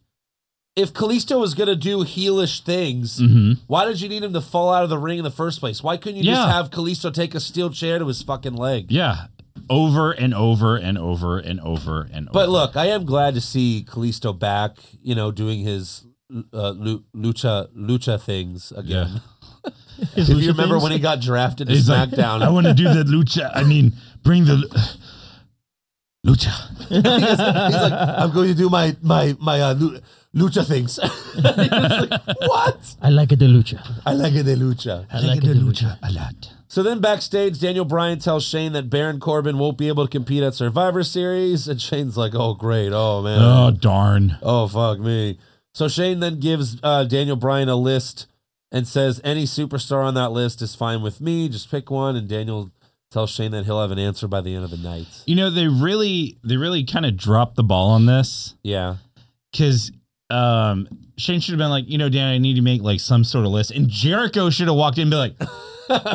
if Kalisto was gonna do heelish things, why did you need him to fall out of the ring in the first place? Why couldn't you just
Yeah.
have Kalisto take a steel chair to his fucking leg?
yeah over and over and over and over and
But
over.
look, I am glad to see Kalisto back. You know, doing his uh, lu- lucha lucha things again.
yeah
His
If
lucha
you remember
things.
when he got drafted to
He's like,
SmackDown,
I want to do the lucha. I mean, bring the lucha.
he's like, "I'm going to do my my my uh, lu- lucha things." He was like, what?
I like it, the lucha.
I like it, the lucha.
I like it, the lucha.
a lot.
So then backstage, Daniel Bryan tells Shane that Baron Corbin won't be able to compete at Survivor Series, and Shane's like, "Oh great, oh man,
Oh darn!
Oh fuck me. So Shane then gives uh, Daniel Bryan a list and says any superstar on that list is fine with me. Just pick one. And Daniel Tell Shane that he'll have an answer by the end of the night.
You know, they really they really kind of dropped the ball on this
Yeah.
because um, Shane should have been like, you know, Dan, I need to make like some sort of list, and Jericho should have walked in and be like,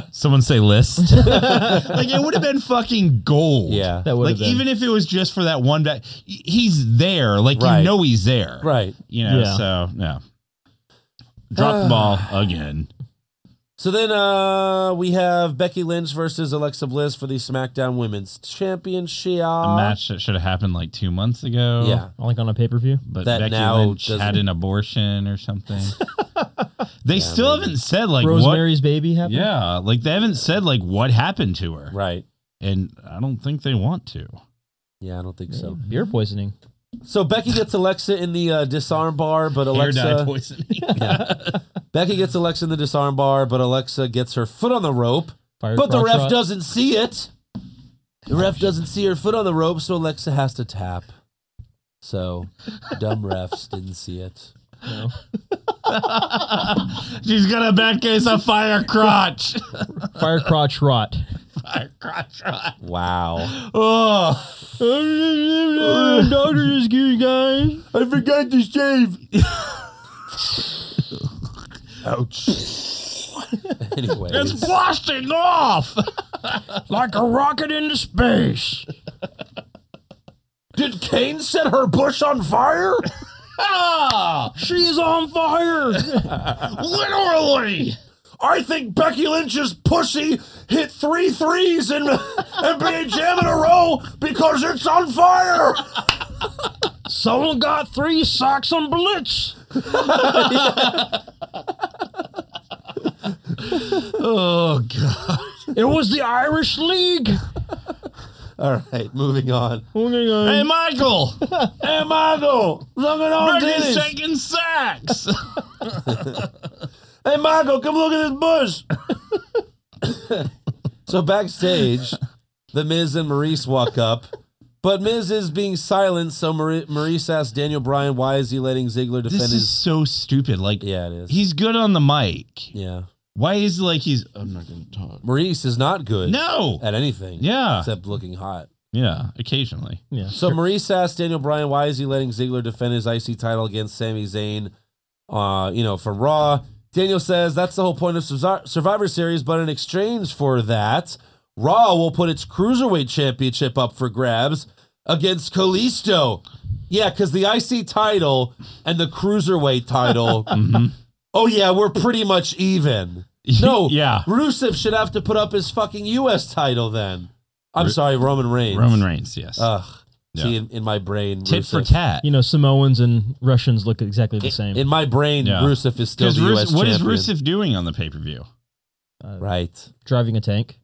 someone say list. like it would have been fucking gold.
Yeah.
That would
Like
have been.
even if it was just for that one back, he's there. Like
Right.
you know he's there.
Right.
You know.
Yeah.
So no. Drop the ball again.
So then uh we have Becky Lynch versus Alexa Bliss for the SmackDown Women's Championship.
A match that should have happened like two months ago.
Uh, Yeah.
like on a pay per view.
But
That
Becky
now
Lynch
doesn't-
had an abortion or something. they still haven't said like
Rosemary's Baby
what.
happened.
Yeah, like they haven't said like what happened to her,
Right.
and I don't think they want to.
Yeah, I don't think so.
Beer poisoning.
So Becky gets Alexa in the uh, disarm bar, but
Hair dye
Alexa
poisoning.
Becky gets Alexa in the disarm bar, but Alexa gets her foot on the rope,
Fire
but the
crotch
ref
rock.
doesn't see it.
Oh,
The ref doesn't see her foot on the rope, so Alexa has to tap. So dumb refs didn't see it.
She's got a bad case of fire crotch.
Fire crotch rot.
fire crotch. right.
Wow.
Oh,
Doctor is good, guys.
I forgot to shave. Ouch. anyway.
it's blasting off like a rocket into space.
Did Kane set her bush on fire?
Ah,
She is on fire.
literally.
I think Becky Lynch's pussy hit three threes and, and being jam in a row because it's on fire.
Someone got three socks on Blitz.
Oh god.
It was the Irish League.
All right, moving on.
Okay, guys.
Hey, Michael.
Hey, Michael, look at all this.
Bernie's taking sacks.
Hey, Michael, come look at this bush. so backstage, the Miz and Maurice walk up. But Miz is being silent, so Mauri- Maurice asks Daniel Bryan, why is he letting Ziggler defend
this is
his...
so stupid. Like,
Yeah, it is.
he's good on the mic.
yeah.
Why is it like he's? I'm not gonna talk. Uh,
Maurice is not good
No.
at anything.
Yeah.
Except looking hot.
Yeah. Occasionally.
yeah.
So Maurice asked Daniel Bryan, why is he letting Ziggler defend his IC title against Sami Zayn, uh, you know, from Raw? Daniel says that's the whole point of Survi- Survivor Series, but in exchange for that, Raw will put its Cruiserweight Championship up for grabs against Kalisto. Yeah, because the IC title and the Cruiserweight title,
Mm-hmm.
oh yeah, we're pretty much even. No,
Yeah.
Rusev should have to put up his fucking U.S. title then. I'm sorry, Roman Reigns.
Roman Reigns. Yes.
Ugh.
Yeah.
See, in, in my brain,
Tit
Uh, Rusev-
for tat.
You know, Samoans and Russians look exactly the same.
In my brain,
Yeah.
Rusev is still
Because
the U.S.
what is
champion.
Rusev doing on the pay per view?
Right.
Driving a tank.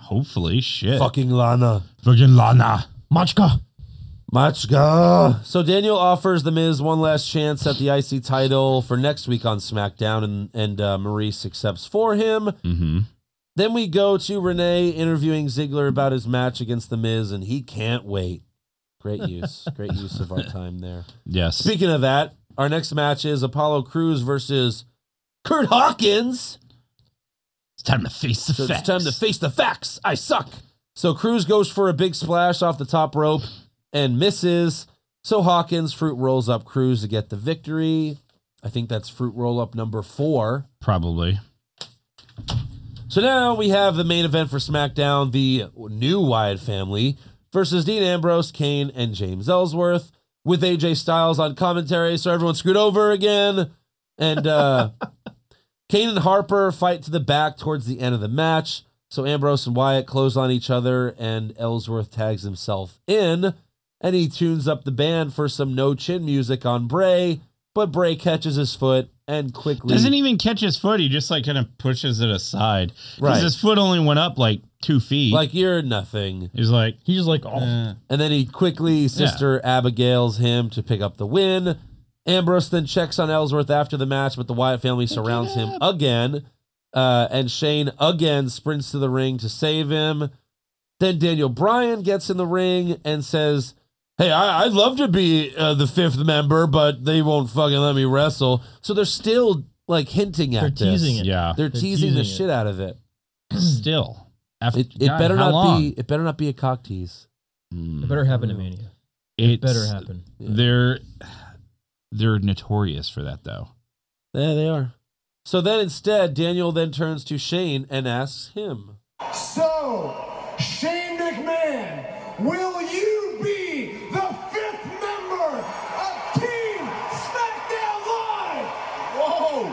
Hopefully, shit.
Fucking Lana.
Fucking Lana.
Machka.
Machka. So Daniel offers The Miz one last chance at the IC title for next week on SmackDown, and, and uh, Maurice accepts for him.
Mm-hmm.
Then we go to Renee interviewing Ziggler about his match against The Miz, and he can't wait. Great use. Great use of our time there.
Yes.
Speaking of that, our next match is Apollo Cruz versus Kurt Hawkins.
it's time to face the
So
facts.
it's time to face the facts. I suck. So Cruz goes for a big splash off the top rope and misses. So Hawkins fruit rolls up Cruz to get the victory. I think that's fruit roll up number four.
Probably.
So now we have the main event for SmackDown the new Wyatt family versus Dean Ambrose, Kane, and James Ellsworth with AJ Styles on commentary. So everyone screwed over again. And uh, Kane and Harper fight to the back towards the end of the match. So Ambrose and Wyatt close on each other, and Ellsworth tags himself in. And he tunes up the band for some no chin music on Bray, but Bray catches his foot and quickly.
Doesn't even catch his foot. He just like kind of pushes it aside. Because
Right.
his foot only went up like two feet.
like, you're nothing.
He's like,
He's just like, oh,
eh.
And then he quickly sister Abigail's him to pick up the win. Ambrose then checks on Ellsworth after the match, but the Wyatt family surrounds him again. Uh, and Shane again sprints to the ring to save him. Then Daniel Bryan gets in the ring and says, Hey, I, I'd love to be uh, the fifth member, but they won't fucking let me wrestle. So they're still like hinting at
They're
this.
teasing it.
yeah.
They're, teasing, the
teasing it.
shit out of it.
Still. After,
It, it
God,
better
how
not
long?
be. It better not be a cock tease.
It better happen to Mania.
It
Better happen.
They're they're notorious for that though.
There they are. So then instead, Daniel then turns to Shane and asks him.
So, Shane McMahon, will you be the fifth member of Team SmackDown Live? Whoa!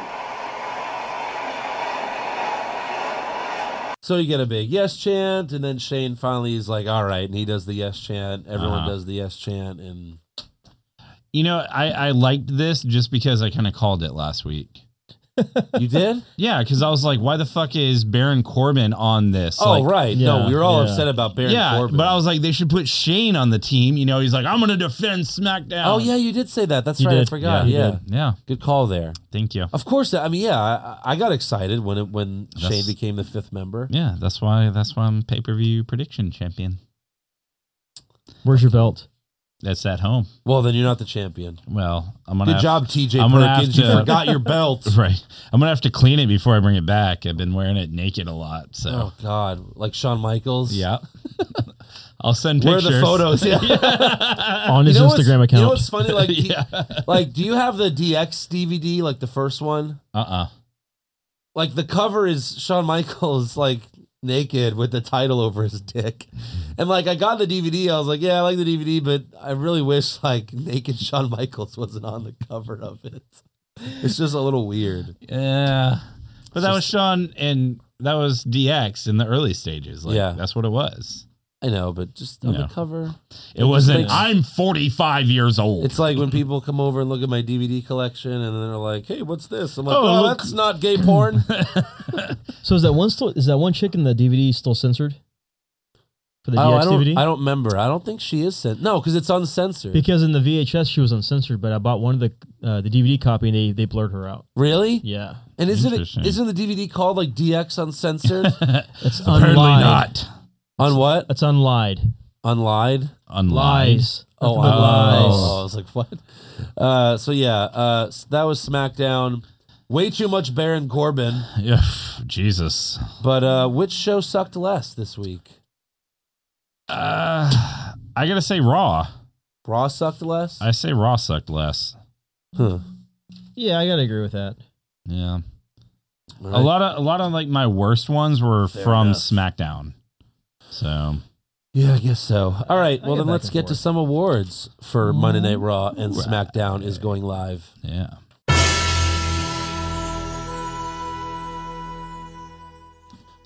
So you get a big yes chant, and then Shane finally is like, "All right," and he does the yes chant. Everyone
Uh-huh.
does the yes chant, and
You know, I I liked this just because I kind of called it last week.
you did.
Yeah, because I was like, why the fuck is Baron Corbin on this?
oh
Like,
right, no,
yeah,
we were all
yeah.
upset about Baron
yeah,
Corbin.
but I was like, they should put Shane on the team. You know, he's like, I'm gonna defend SmackDown.
oh yeah, you did say that. That's
You
right. I
did.
forgot.
Yeah,
Yeah,
you
yeah.
good call there.
Thank you.
Of course, I mean, yeah, I, I got excited when it when Shane became the fifth member.
Yeah, that's why that's why I'm pay per view prediction champion.
Where's your belt?
That's at home.
Well, then you're not the champion.
Well, I'm gonna
Good
have-
job, TJ
I'm gonna have
Perkins. You
to-
forgot your belt.
Right, I'm gonna have to clean it before I bring it back. I've been wearing it naked a lot, so
Oh God, like Shawn Michaels.
yeah. I'll send
Where are the
pictures.
photos? Yeah.
On his
You know what's-
Instagram
You know
account.
what's funny? Like, do-
yeah.
like, do you have the DX DVD, like the first one?
Uh uh
Like the cover is Shawn Michaels like naked with the title over his dick, and like I got the DVD. I was like, yeah, I like the DVD, but I really wish like naked Shawn Michaels wasn't on the cover of it. It's just a little weird.
Yeah. But that was Sean and that was DX in the early stages. Like,
Yeah.
That's what it was.
I know, but just on
No.
the cover,
It, wasn't,
makes-
I'm 45 years old.
it's like when people come over and look at my DVD collection, and then they're like, "Hey, what's this?" I'm like,
Oh,
"Oh,
look."
that's not gay porn."
So is that one still? Is that one chick in the DVD still censored for the E
Oh,
DX
I don't,
DVD?
I don't remember. I don't think she is sent. No, because it's uncensored.
because in the VHS she was uncensored, but I bought one of the uh, the DVD copy and they they blurred her out.
really?
Yeah,
And isn't it?
Interesting.
Isn't the DVD called like DX uncensored?
that's
Apparently
unlied.
not.
On what?
That's unlied.
Unlied.
Unlied.
Lies.
Oh,
Nothing
I-
but lies.
oh, I was like, what? Uh, so yeah, uh, s- that was SmackDown. Way too much Baron Corbin.
Yeah, Jesus.
But uh, which show sucked less this week?
Uh, I got to say, Raw.
Raw sucked less.
I say Raw sucked less.
Huh.
Yeah, I gotta agree with that.
Yeah.
All
A
right.
lot of, a lot of like my worst ones were from
enough.
SmackDown. So,
Yeah, I guess so. All right. Well,
get
then
back
let's
and
get to
forth.
some awards for Monday Night Raw and SmackDown is going live.
yeah.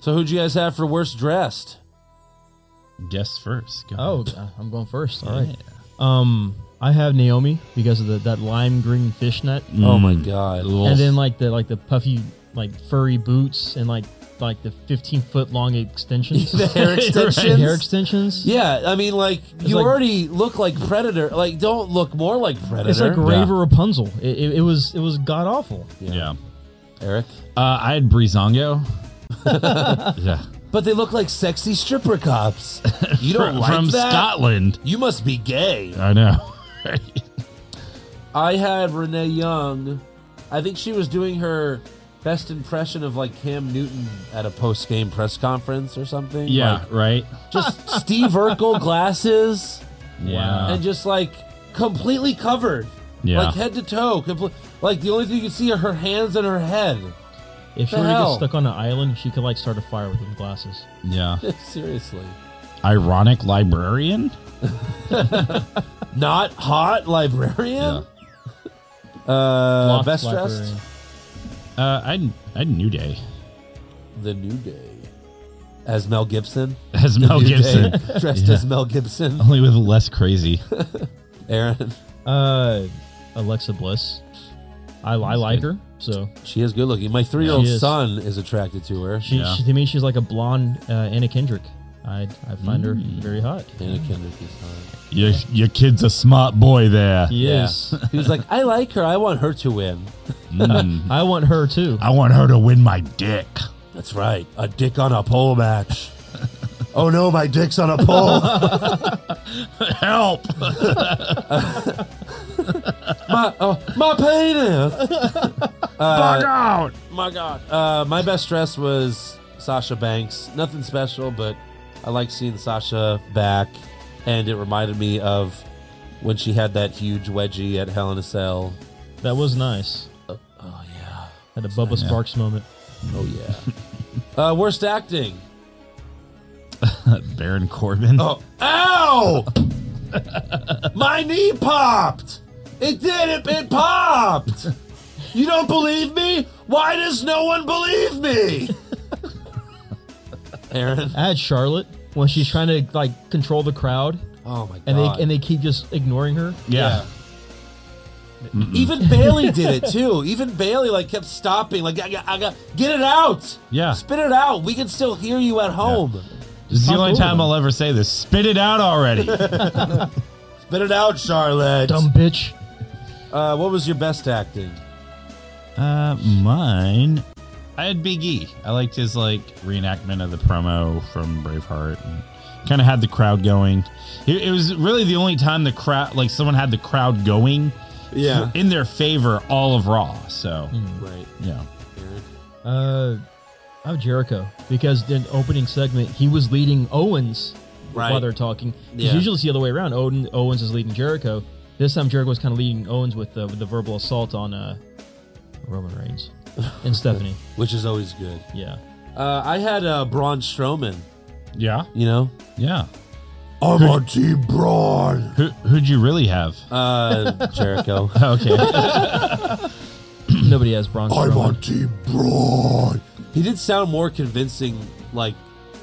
So who'd you guys have for worst dressed?
Guest first. Go
Oh,
ahead.
God, I'm going first. All right. Um, I have Naomi because of the, that lime green fishnet,
Oh my
Mm.
god.
Ugh.
and then like the like the puffy like furry boots and like like the 15 foot long extensions,
the hair extensions.
hair extensions.
yeah, I mean, like you
like-
already look like Predator. Like, don't look more like Predator.
It's like
Yeah.
Raver Rapunzel. It, it, it was it was god awful.
yeah.
Eric.
Uh, I had Brizongo. yeah.
But they look like sexy stripper cops. You don't
Fr-
like
from
that?
Scotland.
You must be gay.
I know. Right.
I had Renee Young. I think she was doing her best impression of like Cam Newton at a post game press conference or something.
Yeah,
Like,
right.
just Steve Urkel glasses.
Yeah.
and just like completely covered,
Yeah.
like head to toe. Compl- like the only thing you can see are her hands and her head.
If she
The
were to get
hell?
stuck on an island, she could like start a fire with them glasses.
yeah.
Seriously,
Ironic librarian?
not hot librarian. Uh,
Locked
best
librarian.
dressed,
Uh, I I New Day
the New Day, as Mel Gibson.
as Mel
New Day,
Gibson,
dressed
Yeah.
as Mel Gibson.
Oh.
only with less crazy.
Aaron,
Uh, Alexa Bliss. I, I like her. So
she is good looking. My three-year-old
She is.
son is attracted to her.
she,
Yeah.
she to me she's like a blonde uh, Anna Kendrick. I I find her
Mm.
very hot.
Anna Kendrick is hot.
Your your kid's a smart boy there.
Yes,
He was like, I like her. I want her to win.
Mm.
I want her too.
I want her to win my dick.
That's right. A dick on a pole match. oh no, my dick's on a pole.
Help!
Uh, my oh, my penis.
Fuck out!
My God. Uh, my best dress was Sasha Banks. Nothing special, but I like seeing Sasha back, and it reminded me of when she had that huge wedgie at Hell in a Cell.
That was nice.
Oh yeah,
Had a Bubba Sparks moment.
oh yeah. uh, worst acting.
Baron Corbin.
Oh, ow! My knee popped. It did. It, it popped. You don't believe me? Why does no one believe me? Aaron.
I had Charlotte when she's trying to like control the crowd,
Oh my god.
and they and they keep just ignoring her.
yeah.
Even Bailey did it too. Even Bailey like kept stopping. Like I got, I got get it out.
Yeah.
Spit it out. We can still hear you at home.
This is the
Pop
only
over
time
them.
I'll ever say this. Spit it out already.
Spit it out, Charlotte.
Dumb bitch.
Uh, what was your best acting?
Uh, mine. I had Big E. I liked his like reenactment of the promo from Braveheart. And kind of had the crowd going. It, it was really the only time the crowd, like someone had the crowd going
Yeah.
in their favor all of Raw. So
Right.
yeah,
Aaron.
Uh, I have Jericho because in opening segment he was leading Owens
Right.
while they're talking. 'Cause
Yeah.
Usually it's the other way around. Odin Owens is leading Jericho. This time Jericho was kind of leading Owens with the with the verbal assault on uh Roman Reigns and Stephanie.
Which is always good.
Yeah,
Uh, I had uh, Braun Strowman.
yeah,
You know.
yeah.
I'm on Team Braun.
Who who'd you really have?
Uh, Jericho.
Okay,
nobody has Braun Strowman.
Team Braun. He did sound more convincing, like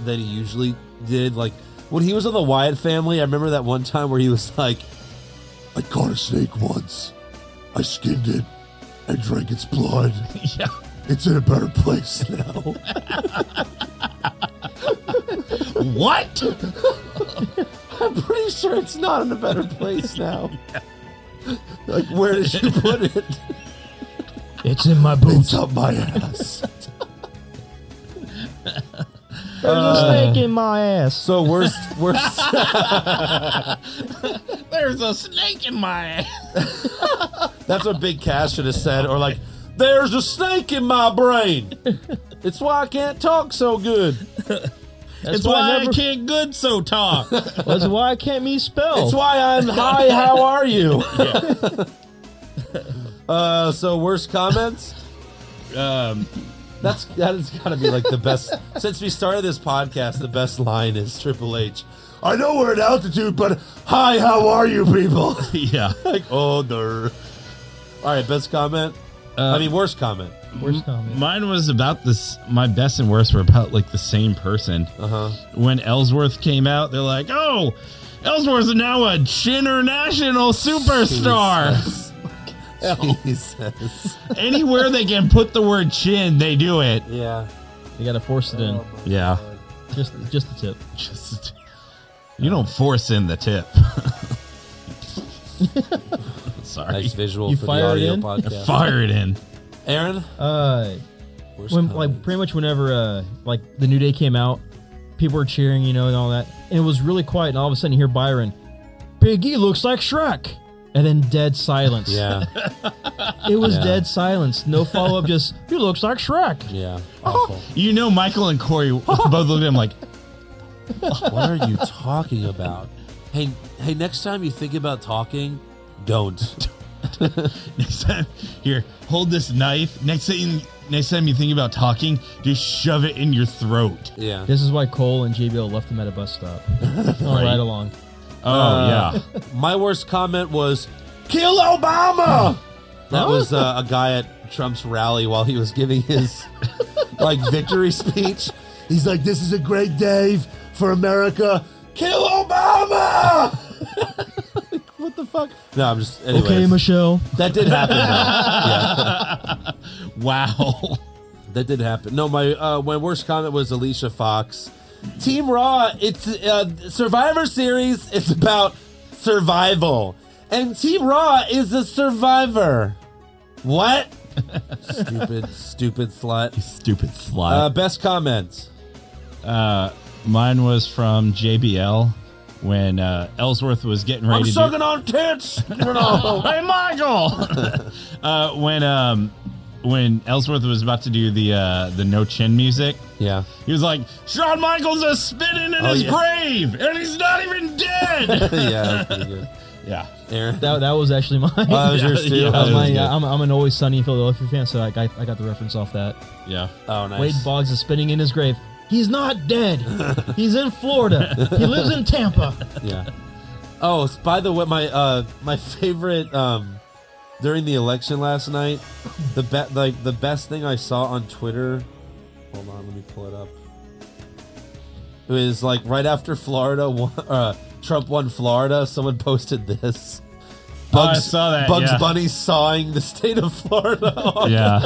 than he usually did. Like when he was on the Wyatt family, I remember that one time where he was like, "I caught a snake once, I skinned it, and drank its blood.
yeah.
It's in a better place now."
What?
I'm pretty sure it's not in a better place now. Like, where did you put it?
It's in my boots.
up my ass.
There's a snake in my ass.
So worst, worst.
There's a snake in my ass.
That's what Big Cass should have said, or like, "There's a snake in my brain. It's why I can't talk so good.
That's
It's why I,
never-
can't good so talk.
That's why I can't me spell.
It's why I'm hi. How are you?" uh, so worst comments.
um,
That's that's got to be like the best since we started this podcast. The best line is Triple H. I know we're at altitude, but hi, how are you, people?
yeah.
like, oh, no. All right, best comment. I mean, worst comment.
Worst comment.
Mine was about this. My best and worst were about like the same person.
Uh huh.
when Ellsworth came out, they're like, "Oh, Ellsworth's now a international superstar."
Oh. Jesus.
Anywhere they can put the word "chin," they do it.
yeah.
You gotta force it in.
Yeah,
Just just the tip.
just you don't force in the tip. Sorry,
Nice visual
You
for the
fire it
audio
in?
podcast.
fire it in.
Aaron,
Uh.
worst
when
comment.
like pretty much whenever uh like the new day came out people were cheering you know and all that and it was really quiet and all of a sudden you hear byron big e looks like shrek and then dead silence
yeah,
it was
Yeah.
dead silence no follow-up just he looks like shrek
yeah, awful.
You know, Michael and Corey both looked at him like,
what are you talking about? Hey, hey, next time you think about talking, don't.
"Next time, here, hold this knife. Next thing, next time you think about talking, just shove it in your throat."
Yeah.
this is why cole and jbl left him at a bus stop all right along
Oh yeah.
My worst comment was, "Kill Obama." That was uh, a guy at Trump's rally while he was giving his like victory speech. He's like, "This is a great day for America. Kill Obama." Like, what the fuck? No, I'm just. Anyways,
okay michelle
that did happen. Though. Yeah,
Wow.
that did happen. No, my uh, my worst comment was Alicia Fox. Team Raw, it's uh, Survivor Series. It's about survival, and Team Raw is a survivor. What? stupid, stupid slut.
Stupid slut.
Uh, best comment.
Uh, mine was from JBL when uh, Ellsworth was getting ready
I'm
to.
sucking on tits. You know.
hey, Michael! uh, when um, when Ellsworth was about to do the uh, the no chin music.
Yeah.
He was like, Shawn Michaels is spinning in
Oh,
his
yeah.
grave, and he's not even
yeah,
dead.
that was pretty good.
yeah,
Aaron.
That, that was actually mine.
Oh, that was yours too.
Yeah,
That was
it
mine,
was
yeah.
good.
I'm, I'm an always sunny in Philadelphia fan, so I, I, I got the reference off that.
yeah.
Oh, nice.
Wade Boggs is spinning in his grave. He's not dead. He's in Florida. He lives in Tampa.
yeah. Oh, s- by the way, my uh, my favorite um, during the election last night, the be- like the best thing I saw on Twitter. Hold on, let me pull it up. It was like right after Florida won, uh, Trump won Florida. Someone posted this.
Oh, I saw that,
Bugs
yeah.
Bunny sawing the state of Florida. off.
Yeah.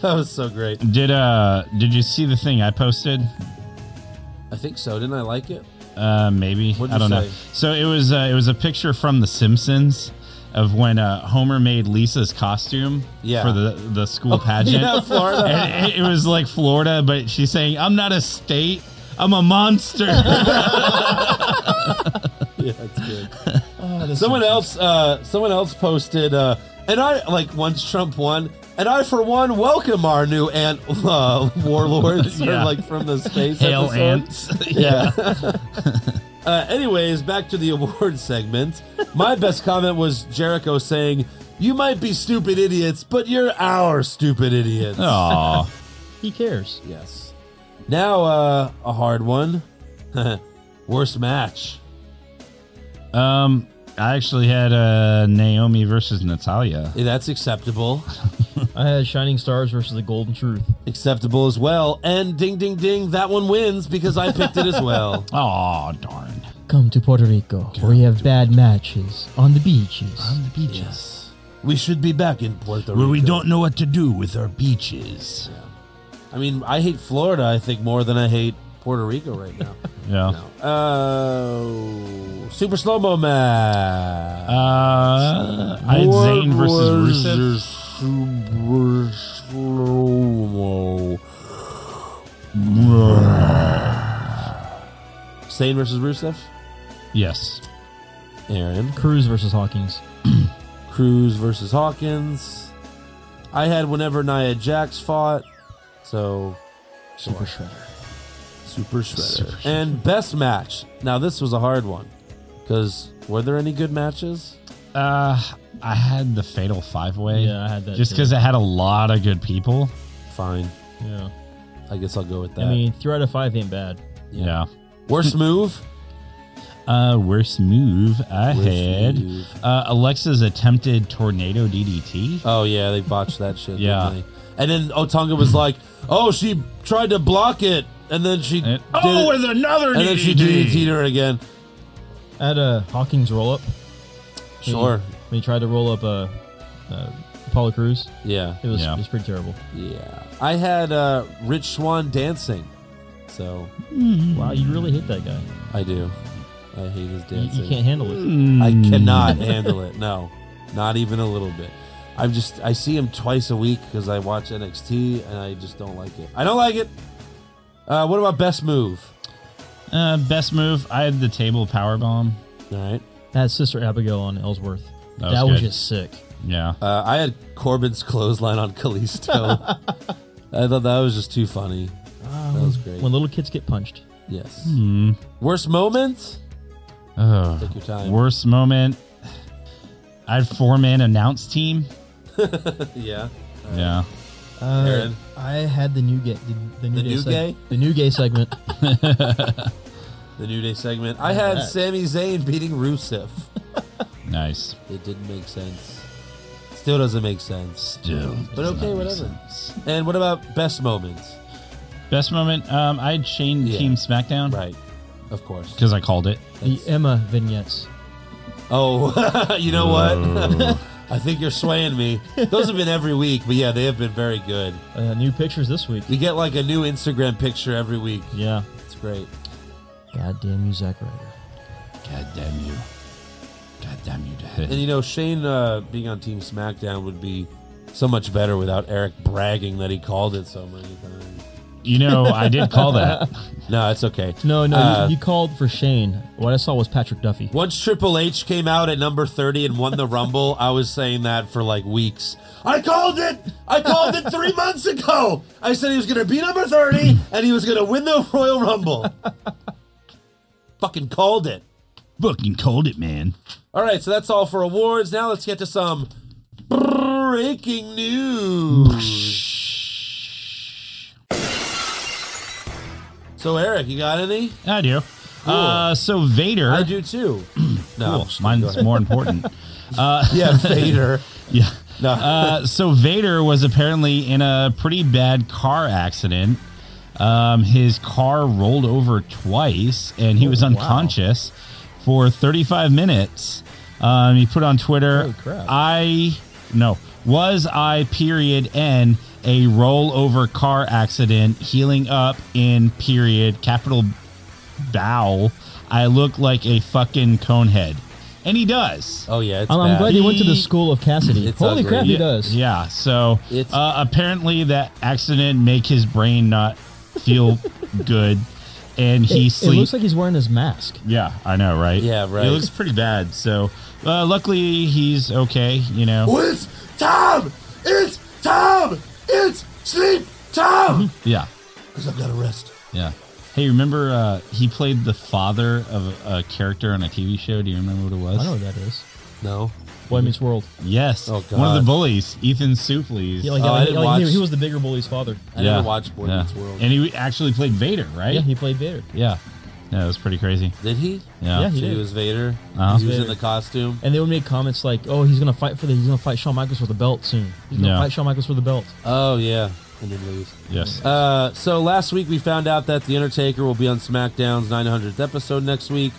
that was so great.
Did uh did you see the thing I posted?
I think so. Didn't I like it?
Uh, maybe
What'd
I
you
don't know.
say?
So it was uh, it was a picture from The Simpsons of when uh, Homer made Lisa's costume
Yeah. Oh,
for the the school pageant.
Yeah, Florida.
And it, it was like Florida, but she's saying, "I'm not a state, I'm a monster."
yeah, that's good.
Oh,
someone else, uh, someone else posted, uh, and I like once Trump won, and I for one welcome our new ant uh, warlords, or,
Yeah.
like from the space.
Hail
episode.
ants.
Yeah. uh, anyways, back to the award segment. My best comment was Jericho saying, "You might be stupid idiots, but you're our stupid idiots."
Aw.
He cares.
Yes. Now uh, a hard one. Worst match.
Um, I actually had uh, Naomi versus Natalia.
Yeah, that's acceptable.
I had Shining Stars versus the Golden Truth.
acceptable as well. And ding, ding, ding, that one wins because I picked it as well.
Oh darn!
Come to Puerto Rico, where you have bad matches on the beaches.
the beaches.
yes. We should be back in Puerto Rico.
Where we don't know what to do with our beaches.
I mean, I hate Florida, I think, more than I hate Puerto Rico right now.
Yeah.
Oh, super slow mo match.
Uh, I had
What
Zayn
was
versus
the
Rusev.
Super slow mo. Zayn versus Rusev.
Yes.
Aaron.
Cruz versus Hawkins.
Cruz versus Hawkins. I had whenever Nia Jax fought, so
Super Shredder.
Super Shredder.
Super Shredder.
And best match. Now this was a hard one because were there any good matches?
Uh, I had the Fatal Five Way.
Yeah, I had that.
Just
too.
because it had a lot of good people.
Fine,
Yeah.
I guess I'll go with that.
I mean, three out of five ain't bad.
Yeah.
worst move.
Uh, worst move I
Worst
had
move.
Uh, Alexa's attempted tornado DDT.
Oh yeah, they botched that shit.
Yeah.
didn't they? and then Otunga was like, "Oh, she tried to block it, and then she
And-
did
oh,
it,
with another
and
DDT.
then she DDT'd her again."
I had a Hawkins roll up.
Sure.
When he tried to roll up a, uh Apollo Cruz,
Yeah.
it was
Yeah.
it was pretty terrible.
Yeah. I had uh, Rich Swan dancing, so
Wow, you really hate that guy.
I do. I hate his
You,
dancing.
you can't Hmm. handle it.
I cannot handle it. No, not even a little bit. I'm just. I see him twice a week because I watch NXT, and I just don't like it. I don't like it. Uh, what about best move?
Uh, best move. I had the table power bomb.
All right.
That sister Abigail on Ellsworth. That
That
was,
was good.
just sick.
Yeah.
Uh, I had Corbin's clothesline on Kalisto. I thought that was just too funny. that was great.
When little kids get punched.
yes.
hmm.
Worst moment?
Ugh.
Take your time.
Worst moment. I had four man announce team.
yeah.
Yeah.
Uh,
Aaron?
I had the new gay, the, new
The gay new seg- gay?
the new gay segment.
The New Day segment. I had Sami Zayn beating Rusev.
Nice.
It didn't make sense. Still doesn't make sense.
Still.
But
does
okay,
not make
whatever.
sense.
And what about best moments?
Best moment. Um, I had Shane
Yeah.
Team SmackDwn.
Right. Of course.
Because I called it.
the Emma vignettes.
Oh, you know what? I think you're swaying me. Those have been every week, but yeah, they have been very good.
Uh, new pictures this week.
We get like a new Instagram picture every week.
Yeah.
It's great.
God damn you, Zack Ryder.
God damn you. God damn you,
And
Dad.
you know, Shane uh, being on Team SmackDown would be so much better without Eric bragging that he called it so many times.
You know, I did call that.
No, it's okay.
No, no,
Uh,
you, you called for Shane. What I saw was Patrick Duffy.
Once Triple H came out at number 30 and won the Rumble, I was saying that for like weeks. I called it! I called it three months ago! I said he was going to be number 30 and he was going to win the Royal Rumble. Fucking called it.
Fucking called it, man.
All right, so that's all for awards. Now let's get to some breaking news. So, Eric, you got any?
I do. Uh, so Vader.
I do too. No.
Cool. Mine's more important.
Yeah, Vader.
Yeah.
No.
Uh, so Vader was apparently in a pretty bad car accident. Um, his car rolled over twice, and
Oh,
he was unconscious for 35 minutes. Um, he put on Twitter,
Holy crap.
"I no was I period n a rollover car accident, healing up in period capital bow. I look like a fucking conehead, and he does.
oh, yeah. It's
I'm, I'm
bad.
glad he went to the
He-
school of Cassidy.
It's
Holy
ugly.
crap,
Yeah,
he does.
Yeah. So
It's-
uh, apparently that accident make his brain not feel good, and he
It, it looks
sleeps.
like he's wearing his mask.
yeah, I know, right?
Yeah, right.
It looks pretty bad. So uh, luckily he's okay. You know.
It's Tom! It's Tom! It's sleep
Mm-hmm.
Tom!
Yeah.
Because I've got to rest.
Yeah. Hey, remember uh, he played the father of a character on a TV show? Do you remember what it was?
I know what that is.
No.
Boy Meets World.
Yes.
Oh,
One of
God.
the bullies, Ethan Suplee's.
Yeah, like,
Oh, I
like-
didn't
like, he-
watch-
he was the bigger bully's father.
I never watched Boy Meets World.
And he actually played Vader, right?
Yeah, he played Vader.
yeah. Yeah, that was pretty crazy.
Did he?
Yeah.
Yeah,
So
He
he
did.
was Vader.
Uh-huh.
He was in
Vader.
the costume.
And they would make comments like, "Oh, he's gonna fight for the, he's gonna fight Shawn Michaels for the belt soon. He's gonna
Yeah.
fight Shawn Michaels for the belt."
Oh, yeah. And then lose.
Yes.
Uh, so last week we found out that The Undertaker will be on SmackDown's 900th episode next week.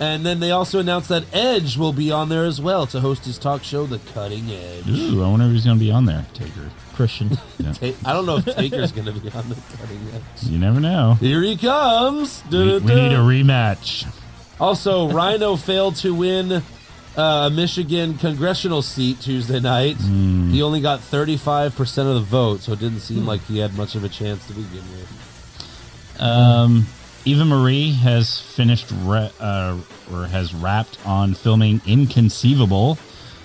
And then they also announced that Edge will be on there as well to host his talk show, The Cutting Edge.
Ooh, I wonder who's going to be on there. Taker.
Christian.
Ta- I don't know if Taker's going to be on The Cutting Edge.
You never know.
Here he comes.
We, we need a
Dun-dun-dun.
rematch.
Also, Rhino failed to win uh, a Michigan congressional seat Tuesday night.
Hmm.
He only got 35% of the vote, so it didn't seem like he had much of a chance to begin with.
Um, Eva Marie has finished re- uh, or has wrapped on filming Inconceivable,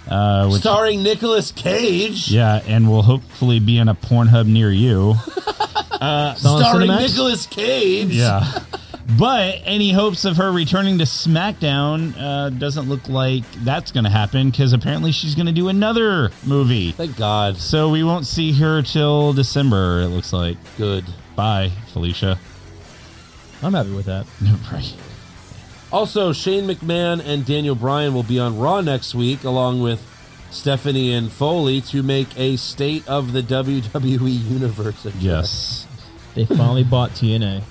uh, which
Starring Nicolas Cage.
yeah, and will hopefully be in a Pornhub near you. Uh,
Still on
Starring
Cinemax?
Nicolas Cage.
Yeah. But any hopes of her returning to SmackDown uh, doesn't look like that's going to happen because apparently she's going to do another movie.
Thank God.
So we won't see her till December, it looks like.
Good.
Bye, Felicia.
I'm happy with that.
right.
Also, Shane McMahon and Daniel Bryan will be on Raw next week, along with Stephanie and Foley, to make a state of the WWE universe. address.
Yes.
They finally bought TNA.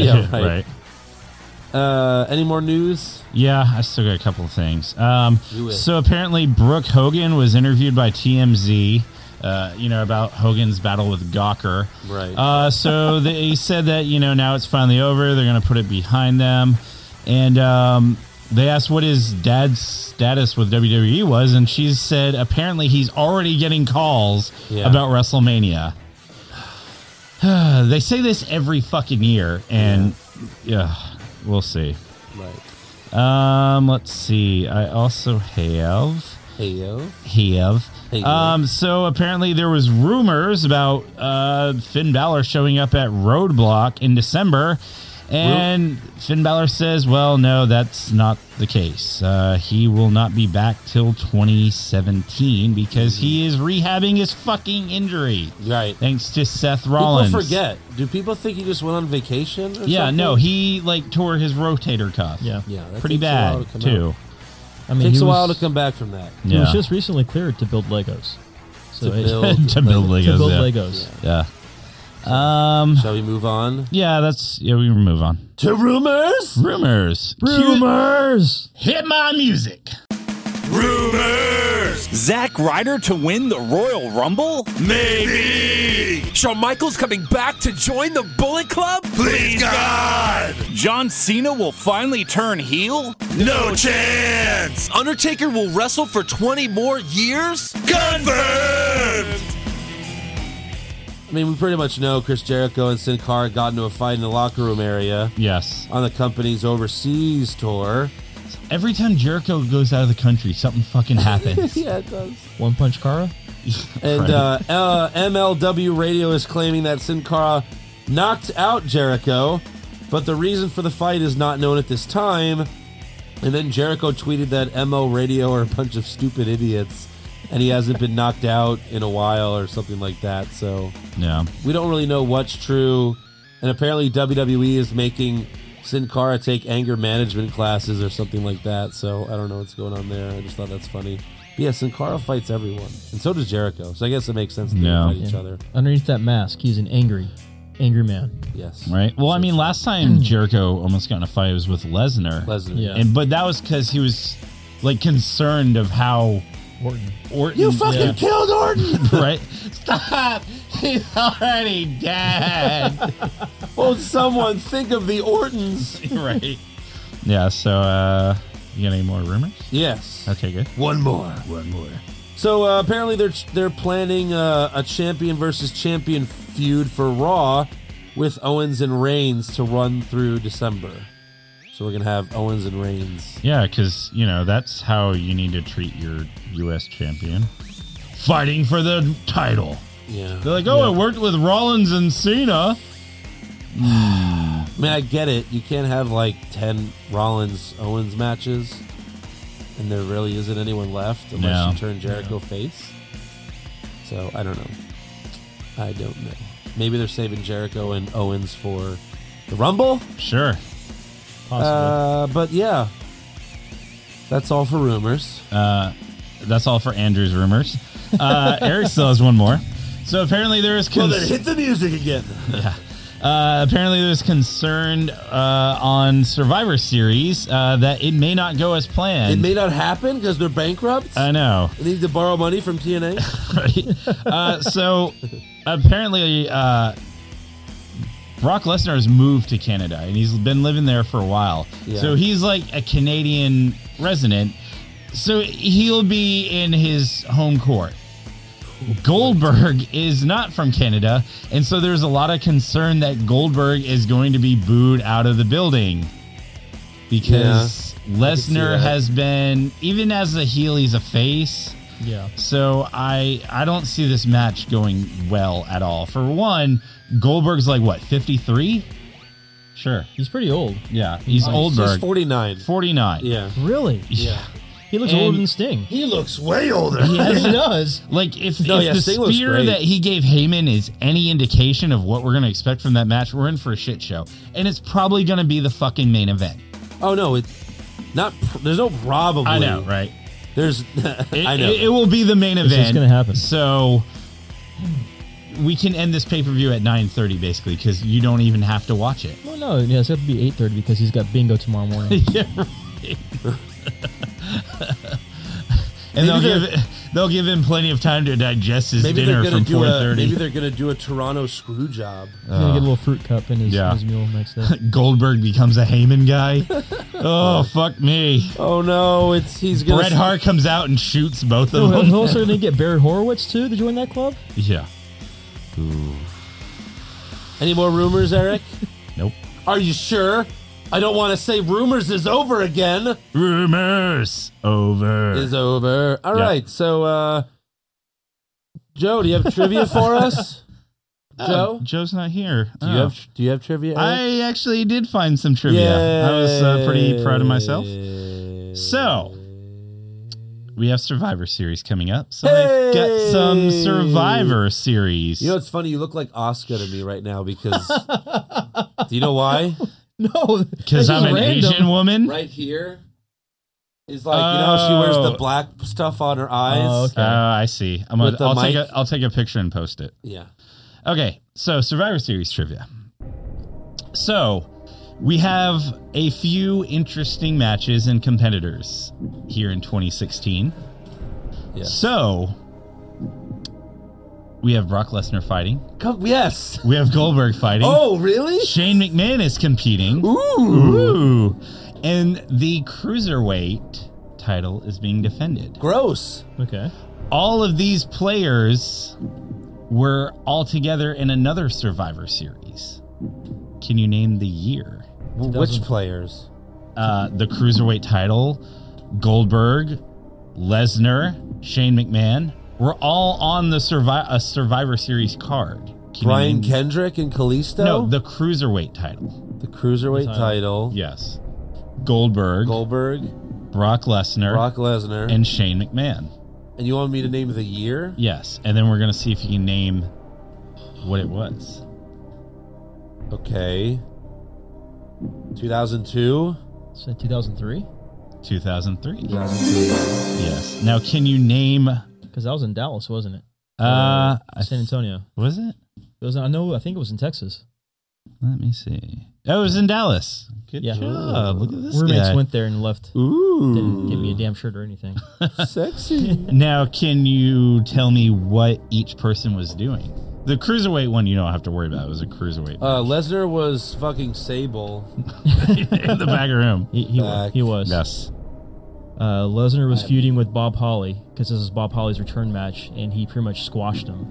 yeah, right. Uh, any more news?
Yeah, I still got a couple of things. Um,
Do it.
so apparently, Brooke Hogan was interviewed by TMZ. Uh, you know about Hogan's battle with Gawker,
Right.
Uh, so they said that you know now it's finally over. They're going to put it behind them, and um, they asked what his dad's status with WWE was, and she said apparently he's already getting calls
Yeah.
about WrestleMania. they say this every fucking year, and yeah we'll see.
Right.
Um, let's see. I also have
Hey yo.
have.
Hey,
Um, so apparently there was rumors about uh, Finn Balor showing up at Roadblock in December, and Finn Balor says, "Well, no, that's not the case. Uh, he will not be back till 2017 because he is rehabbing his fucking injury,
Right.
thanks to Seth Rollins."
People forget. Do people think he just went on vacation? Or
Yeah,
something?
no, he like tore his rotator cuff.
Yeah,
Yeah, that
pretty
takes a while
bad
to come
too.
out.
I mean,
Takes
he
a
was,
while to come back from that.
He was
Yeah.
just recently cleared to build Legos. So
To
it-
build-
to build Legos.
to build
yeah.
Legos.
Yeah. Um.
Shall we move on
Yeah, that's yeah. We can move on.
to rumors?
Rumors.
Rumors.
Hit my music.
Zack Ryder to win the Royal Rumble? Maybe. Shawn Michaels coming back to join the Bullet Club? Please, God. John Cena will finally turn heel? No chance. Undertaker will wrestle for 20 more years? Confirmed.
I mean, we pretty much know Chris Jericho and Sin Cara got into a fight in the locker room area
Yes.
on the company's overseas tour.
Every time Jericho goes out of the country, something fucking happens.
yeah, it does.
One Punch Kara.
And
Right.
uh, uh, MLW Radio is claiming that Sin Cara knocked out Jericho, but the reason for the fight is not known at this time. And then Jericho tweeted that ML Radio are a bunch of stupid idiots, and he hasn't been knocked out in a while or something like that. So
yeah.
we don't really know what's true. And apparently WWE is making Sin Cara take anger management classes or something like that. So I don't know what's going on there. I just thought that's funny. But yeah, Sin Cara fights everyone, and so does Jericho. So I guess it makes sense that
Yeah.
they fight each other.
Underneath that mask, he's an angry, angry man.
Yes,
Right. Well, I mean, last time Jericho almost got in a fight was with Lesnar.
Lesnar.
Yeah.
And but that was because he was like concerned of how
Orton.
Orton.
You fucking
Yeah.
killed Orton.
right. Stop. He's already dead.
Won't Oh, someone think of the Ortons?
right. Yeah. So, uh, you got any more rumors?
Yes.
Okay. Good.
One more.
One more.
So uh, apparently they're they're planning uh, a champion versus champion feud for Raw with Owens and Reigns to run through December. So we're gonna have Owens and Reigns.
Yeah, because you know that's how you need to treat your U.S. champion, fighting for the title.
Yeah,
They're like, oh, I worked with Rollins and Cena.
I mean I get it. You can't have like ten Rollins Owens matches, and there really isn't anyone left unless
No.
you turn Jericho face. So I don't know. I don't know. Maybe they're saving Jericho and Owens for the Rumble.
Sure.
Uh,
Possibly.
but yeah, that's all for rumors.
Uh, that's all for Andrew's rumors. Uh, Eric still has one more. So apparently there is cons-
the music again.
uh, apparently there's concern uh, on Survivor Series uh, that it may not go as
It
planned.
may not happen because they're bankrupt.
I know.
they need to borrow money from TNA.
right? Uh, so apparently, uh, Brock Lesnar has moved to Canada and he's been living there for a while.
Yeah.
So he's like a Canadian resident. So he'll be in his home court. Goldberg is not from Canada, and so there's a lot of concern that Goldberg is going to be booed out of the building because Lesnar
that.
has been, even as a heel, he's a face.
yeah.
So I I don't see this match going well at all. For one, Goldberg's like what, 53? Sure.
He's pretty old.
Yeah, he's
He's
Oldberg.
49.
49.
Yeah.
Really?
Yeah.
He looks
And-
older than Sting.
He looks way older.
Yes, he does.
Like if,
No,
if
yeah,
the
Sting looks
spear
great.
that he gave Heyman is any indication of what we're gonna expect from that match, we're in for a shit show, and it's probably gonna be the fucking main event.
Oh, no. It, not. pr- There's no probably.
I know, right?
There's.
It,
I know.
It, it will be the main
It's
event.
just gonna happen.
So we can end this pay per view at nine thirty, basically, because you don't even have to watch it.
Well, no, yeah, it's got to be eight thirty because he's got bingo tomorrow morning.
yeah, right. and they'll
Maybe
give they'll give him plenty of time to digest his
maybe they're
dinner
gonna
from
do
four
a. Maybe
thirty.
they're gonna do a Toronto screw job.
He's gonna get a little fruit cup in his,
Uh, Yeah.
his meal next day.
Goldberg becomes a Heyman guy. oh fuck me!
Oh no! It's he's gonna.
Bret Hart comes out and shoots both of
Oh, and
them.
also, they get Barry Horowitz too to join that club.
yeah.
Any more rumors, Eric?
Nope.
Are you sure? I don't want to say rumors is over again.
Rumors over.
is over. All right,
Yeah.
So, uh, Joe, do you have trivia for us? Joe,
Oh, Joe's not here.
do you
Oh.
have do you have trivia? Eric?
I actually did find some trivia. I was uh, pretty proud of myself. So, we have Survivor Series coming up. So I've got some
Hey!
Survivor Series.
You know, it's funny. You look like Oscar to me right now because do you know why?
No,
Because
that's
I'm an
random.
Asian woman.
Right here is like you know how she wears the
Oh.
black stuff on her eyes.
Oh, okay.
Uh, I see. I'm gonna,
With the
I'll, take
mic.
a, I'll take a picture and post it.
Yeah.
Okay, so Survivor Series trivia. So we have a few interesting matches and competitors here in 2016.
Yes.
So we have Brock Lesnar fighting.
Come, yes.
We have Goldberg fighting.
Oh, really?
Shane McMahon is competing.
Ooh.
Ooh. And the cruiserweight title is being defended.
Gross.
Okay.
All of these players were all together in another Survivor Series. Can you name the year?
Which players?
Uh, the cruiserweight title, Goldberg, Lesnar, Shane McMahon were all on the Survivor, a Survivor Series card. Can you
Brian
name-
Kendrick and Kalisto?
No, the cruiserweight title.
the cruiserweight title.
Yes, Goldberg,
Goldberg,
Brock Lesnar,
Brock Lesnar,
and Shane McMahon.
and you want me to name the year?
Yes, and then we're gonna see if you can name what it was.
Okay. 2002?
So 2003?
2003. Yes. Now, can you name?
Because I was in Dallas, wasn't it?
Uh, I
San Antonio.
was it?
It was. I know. I think it was in Texas.
Let me see. Oh, it was in Dallas. Good
Yeah.
job. Look at this
Roommates
guy.
went there and left. Didn't give me a
Ooh.
damn shirt or anything.
Sexy.
Now, can you tell me what each person was doing? The cruiserweight one, you don't have to worry about. It was a cruiserweight
Uh, Lesnar was fucking Sable.
in the back room.
He he, wa-
Back.
he was.
Yes.
Uh, Lesnar was feuding with Bob Holly because this is Bob Holly's return match, and he pretty much squashed him.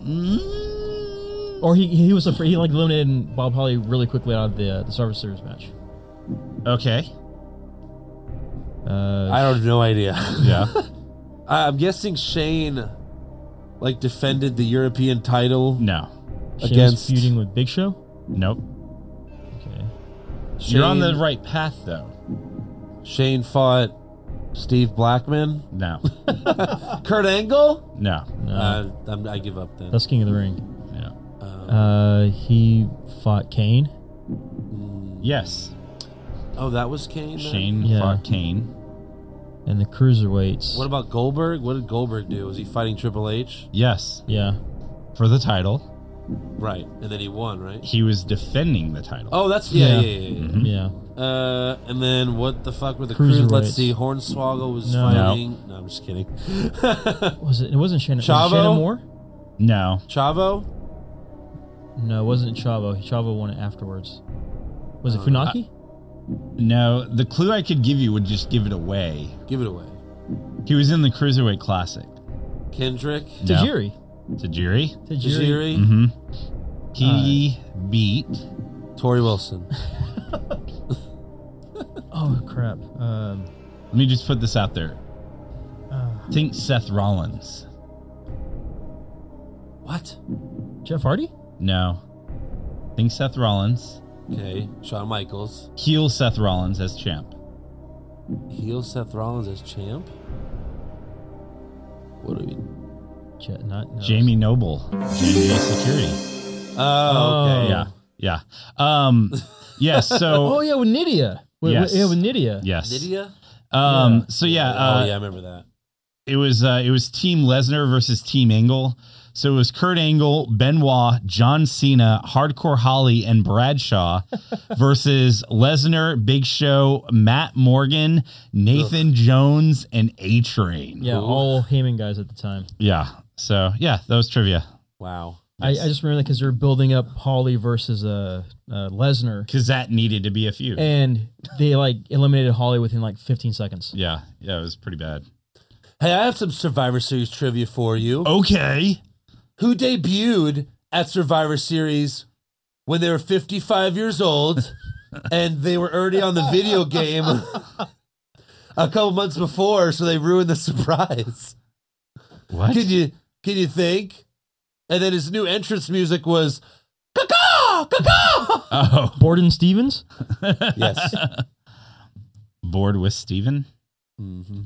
Mm.
Or he he was afraid, he like eliminated Bob Holly really quickly out of the the Survivor Series match.
Okay.
Uh,
I don't have no idea.
Yeah.
I- I'm guessing Shane, like, defended the European title.
no.
Shane was
against-
feuding with Big Show.
Nope.
Okay.
Shane,
You're on the right path, though.
Shane fought Steve Blackman.
No.
Kurt Angle?
No.
No,
Uh, I'm, I give up then.
that's King of the Ring.
No.
Uh, he fought Kane.
Yes.
Oh, that was Kane? then?
Shane
Yeah.
fought Kane.
And the cruiserweights.
What about Goldberg? What did Goldberg do? Was he fighting Triple H?
Yes.
yeah.
For the title.
Right. And then he won, right?
He was defending the title. Mm-hmm.
Oh, that's. Yeah, yeah, yeah.
Yeah.
yeah, yeah.
Yeah.
Uh, and then what the fuck were the cruise? Let's
Cruiserweights.
see. Hornswoggle was
No.
fighting. No. I'm just kidding.
Was it? It wasn't Shannon. was it
Chavo?
Shannon Moore.
No.
Chavo?
No, it wasn't Chavo. Chavo won it afterwards. Was it
Uh,
Funaki?
No. The clue I could give you would just give it away.
Give it away.
He was in the Cruiserweight Classic.
Kendrick?
No.
Tajiri.
Tajiri.
Tajiri.
Tajiri?
Mm-hmm. He beat.
Tori Wilson.
Oh crap. Um,
Let me just put this out there. Think Seth Rollins.
What?
Jeff Hardy.
No. Think Seth Rollins.
Okay. Shawn Michaels.
Heel Seth Rollins as champ.
Heel Seth Rollins as champ? What do we.
Je- not no.
Jamie Noble. Jamie Security.
Oh, okay.
Yeah. Yeah. Um. Yes.
Oh
So.
yeah, with Nydia. With,
Yes.
with, yeah, with Nydia.
Yes.
Lydia?
Um. So yeah. Uh,
oh, yeah, I remember that.
it was uh, it was Team Lesnar versus Team Angle. So it was Kurt Angle, Benoit, John Cena, Hardcore Holly, and Bradshaw versus Lesnar, Big Show, Matt Morgan, Nathan Jones, and A Train.
Yeah, all Heyman guys at the time.
Yeah. So yeah, that was trivia.
Wow.
I, I just remember that because they were building up Holly versus uh, uh Lesnar,
Because that needed to be a few.
and they like eliminated Holly within like 15 seconds.
yeah. Yeah, it was pretty bad.
Hey, I have some Survivor Series trivia for you.
Okay.
Who debuted at Survivor Series when they were 55 years old and they were already on the video game a couple months before, so they ruined the surprise.
What?
Can you can you think? And then his new entrance music was Caw-caw! Caw-caw!
Oh,
Borden Stevens.
Yes.
bored with Steven?
Mm-hmm.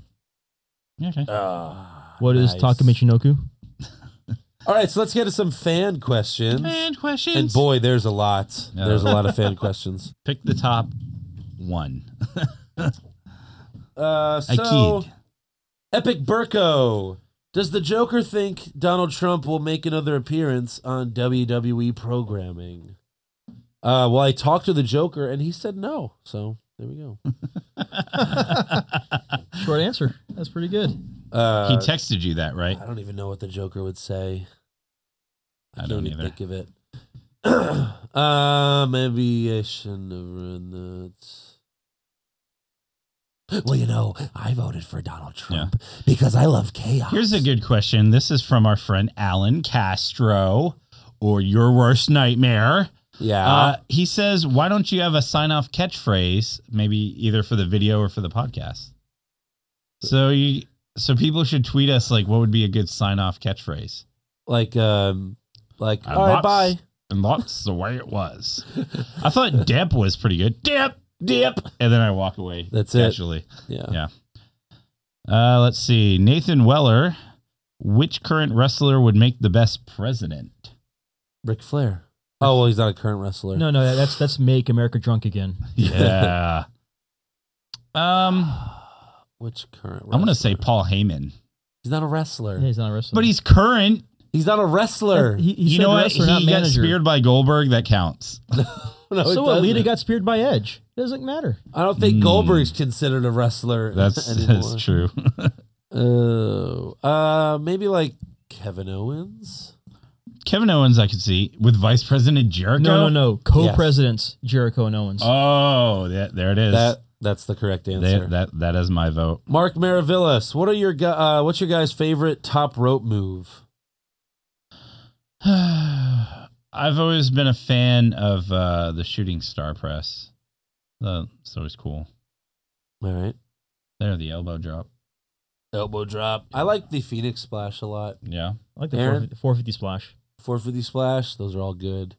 Okay.
Um,
What is
Nice.
Takamichinoku?
All right, so let's get to some fan questions.
and questions.
And boy, there's a lot.
Yeah.
There's a lot of fan questions.
Pick the top one.
Uh, so,
I kid.
Epic Burko. Does the Joker think Donald Trump will make another appearance on WWE programming? Uh, well, I talked to the Joker and he said no. So there we go.
Short answer. That's pretty good.
Uh,
He texted you that, right?
I don't even know what the Joker would say.
I don't
even
either.
think of it. uh, maybe I shouldn't have run that. Well, you know, I voted for Donald Trump because I love chaos.
Here's a good question. This is from our friend Alan Castro, or your worst nightmare.
yeah.
Uh, he says, "Why don't you have a sign-off catchphrase? Maybe either for the video or for the podcast." So you, so people should tweet us like, what would be a good sign-off catchphrase?
like, um, like,
And
all right,
that's-
bye.
And that's the way it was. I thought Depp was pretty good. Depp, Depp, and then I walk away.
That's it.
actually.
Yeah.
Yeah. Uh, let's see. Nathan Weller, which current wrestler would make the best president?
Ric Flair. Oh, well, he's not a current wrestler.
No, no, that's that's make America drunk again.
Yeah. um,
Which current wrestler?
I'm gonna say Paul Heyman,
He's not a wrestler.
Yeah, he's not a wrestler,
but he's current.
He's not a wrestler.
he, he
you
said
know what?
wrestler, not
He got
manager.
speared by Goldberg. That counts.
No, it
so what? Lita
doesn't.
got speared by Edge. Doesn't matter.
I don't think
Mm.
Goldberg's considered a wrestler.
That's that's
anymore.
true.
Oh, uh, maybe like Kevin Owens.
Kevin Owens, I could see with Vice President Jericho.
No, no, no. Co-presidents Jericho and Owens.
Oh, that, there it is.
That that's the correct
They-
answer.
that that is my vote.
Mark Maravillas, what are your gu- uh, what's your guys' favorite top rope move?
I've always been a fan of uh, the shooting star press. Uh, it's always cool.
All right,
There, the elbow drop.
elbow drop. I like the Phoenix Splash a lot.
Yeah.
I like the
Aaron?
450, 450 splash.
450 splash. Those are all good.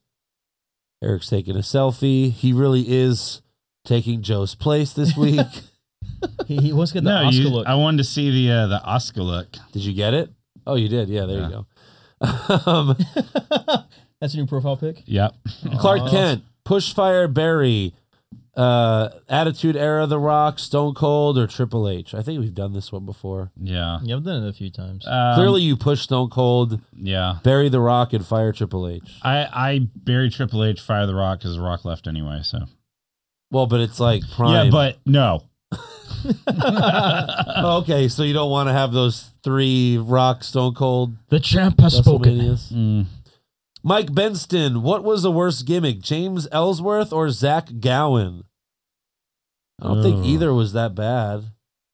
Eric's taking a selfie. He really is taking Joe's place this week.
He, he wants to get the
no,
Oscar
you-
look.
I wanted to see the uh, the Oscar look.
did you get it? Oh, you did. Yeah, there
Yeah.
you go. um,
That's a new profile pic.
Yep.
Clark Kent, Push Fire Barry, uh, Attitude Era, The Rock, Stone Cold, or Triple H. I think we've done this one before.
Yeah.
Yeah, I've done it a few times.
Um,
Clearly, you push Stone Cold,
Yeah.
Barry The Rock, and fire Triple H.
I I bury Triple H, fire the Rock because the Rock left anyway. So
Well, but it's like prime.
yeah, but no.
Oh, okay. So you don't want to have those three Rock, Stone Cold,
the champ has spoken.
WrestleManias.
Mm,
Mike Benston, what was the worst gimmick, James Ellsworth or Zach Gowen? I don't think
Oh.
Ugh.
either was that bad.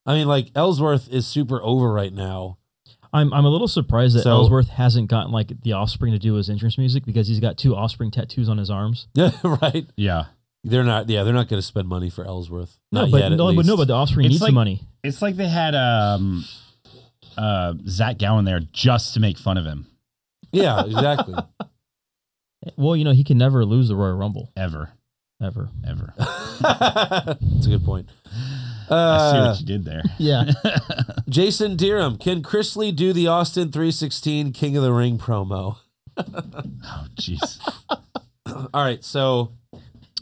I mean, like Ellsworth is super over right now.
I'm I'm a little surprised that
So-
Ellsworth hasn't gotten like the offspring to do his entrance music because he's got two offspring tattoos on his arms.
Yeah, right.
Yeah.
They're not. Yeah, they're not going to spend money for Ellsworth.
No,
Not
but
yet, at
no, but no,
least.
but the offspring
It's
needs
like-
the money.
It's like they had um uh Zach Gowen there just to make fun of him.
yeah, exactly.
Well, you know he can never lose the Royal Rumble
Ever.
ever.
Ever.
That's a good point.
I see
Uh,
what you did there.
Yeah,
Jason Deerham, can Chrisley do the Austin 316 King of the Ring promo?
Oh jeez.
All right, so
Do